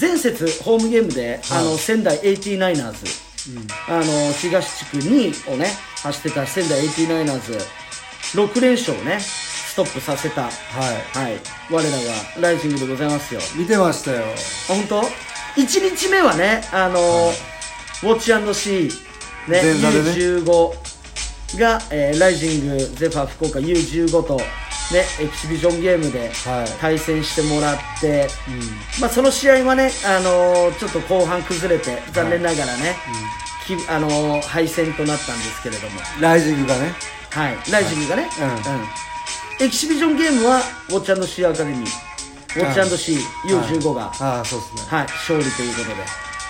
A: 前節ホームゲームで、
B: はい
A: あの仙台 89ers あの東地区2をね走ってた仙台 89ers6 連勝をねストップさせたはい
B: は
A: 我らがライジングでございますよ
B: い見てましたよ
A: あ本当 ?1 日目はね、あのーウォッチシー、ね、
B: 前座でね
A: U15 が、えーライジングゼファー福岡 U15 と、ね、エキシビジョンゲームで
B: はい
A: 対戦してもらって、まあ、その試合はね、あのーちょっと後半崩れて残念ながらね、きあのー敗戦となったんですけれども、
B: ライジングがね
A: はい、ライジングがね、
B: う
A: うんエキシビジョンゲームはウォッチシーアカデミーウォッチシー U15 が、
B: ああそうですね
A: はい、勝利ということで。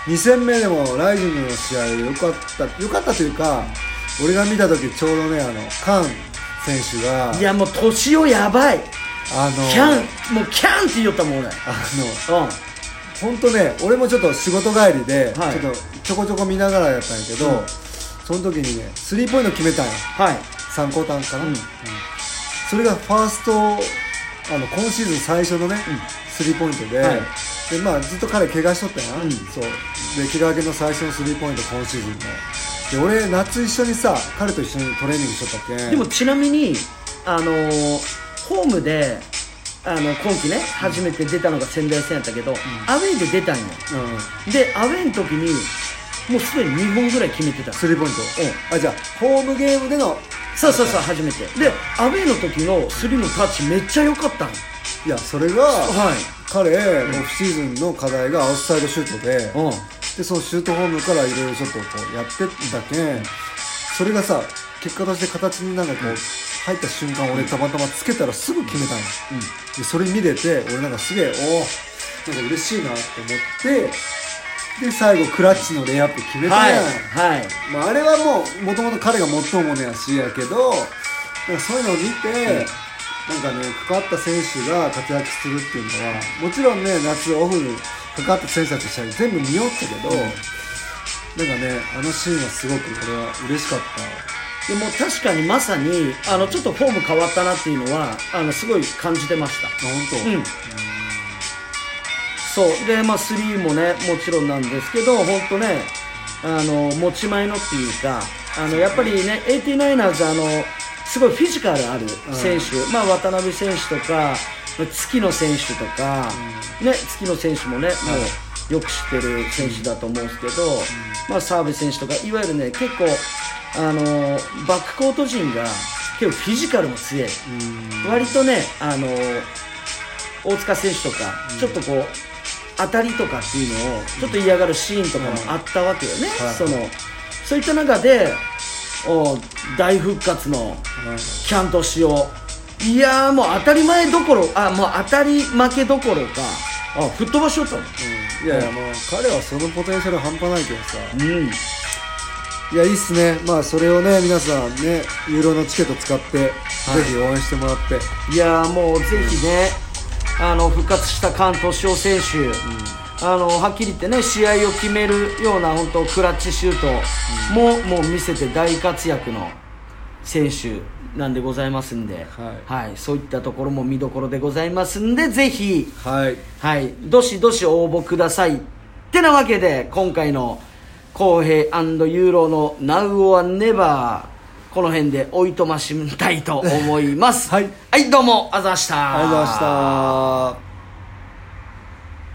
B: 2戦目でもライジングの試合良かった良かったというか俺が見た時ちょうどねあのカン選手が
A: いやもう年をやばい
B: あの
A: キャンもうキャンって言おったもん俺
B: あの
A: うん
B: 本当ね俺もちょっと仕事帰りで、
A: はい
B: ちょっとちょこちょこ見ながらやったんやけど、
A: うん
B: その時にねスリーポイント決めたんや
A: はい
B: 3クォーターかな、
A: うん
B: うんそれがファーストあの今シーズン最初のね、スリーポイントで,、
A: はい
B: でまあ、ずっと彼怪我しとったやな、
A: うん
B: そうで怪我明けの最初のスリーポイント今シーズンでで俺夏一緒にさ彼と一緒にトレーニングしとったっけ
A: でもちなみにあのーホームであの今季ね初めて出たのが仙台戦やったけど、アウェイで出たんよ
B: うん
A: でアウェイの時にもうすでに2本ぐらい決めてた
B: スリーポイント、あじゃあホームゲームでの
A: そうそうそう初めてでアウェイの時のスリーのタッチめっちゃ良かったの
B: いやそれが、
A: はい
B: 彼、オフシーズンの課題がアウトサイドシュートで、
A: うん
B: でそのシュートフォームからいろいろちょっとこうやってったけん、それがさ結果として形になんかこう、入った瞬間俺たまたまつけたらすぐ決めたんや、でそれ見れて俺なんかすげえおおなんか嬉しいなって思ってで最後クラッチのレイアップ決めた
A: はい
B: やん、
A: はい
B: まあ、あれはもうもともと彼が最ものやしやけどなんかそういうのを見て、なんかね関わった選手が活躍するっていうのはもちろんね夏オフに関わった選手たちの試合全部見よったけど、なんかねあのシーンはすごくこれは嬉しかっ
A: でも確かにまさにあのちょっとフォーム変わったなっていうのはあのすごい感じてました
B: たあ本当、
A: うんそうでまあ3もねもちろんなんですけど本当ねあの持ち前のっていうかあのやっぱりね 89ers あのすごいフィジカルある選手、まあ渡辺選手とか月野選手とか、ね月野選手もね、もうよく知ってる選手だと思うんですけど、まあ澤部選手とかいわゆるね結構あのバックコート陣が結構フィジカルも強い。割とね、あの大塚選手とか、ちょっとこう当たりとかっていうのをちょっと嫌がるシーンとかもあったわけよね、
B: はい
A: そのそういった中でお大復活の
B: うん
A: キャントシをいやーもう当たり前どころあもう当たり負けどころかあ吹っ飛ばしよったの
B: いやいやもう彼はそのポテンシャル半端ないけどさ、
A: うん
B: いやいいっすねまあそれをね皆さんねユーロのチケット使って、
A: い
B: ぜひ応援してもらって
A: いやーもうぜひね、あの復活した菅俊夫選手、あのはっきり言ってね試合を決めるような本当クラッチシュートも、もう見せて大活躍の選手なんでございますんで、
B: は
A: そういったところも見どころでございますんでぜひ、
B: はい
A: はい、どしどし応募くださいってなわけで今回の公平ユーロの Now or Never この辺でおいとましみたいと思います
B: はい、
A: どうもあざした
B: ありがとうございました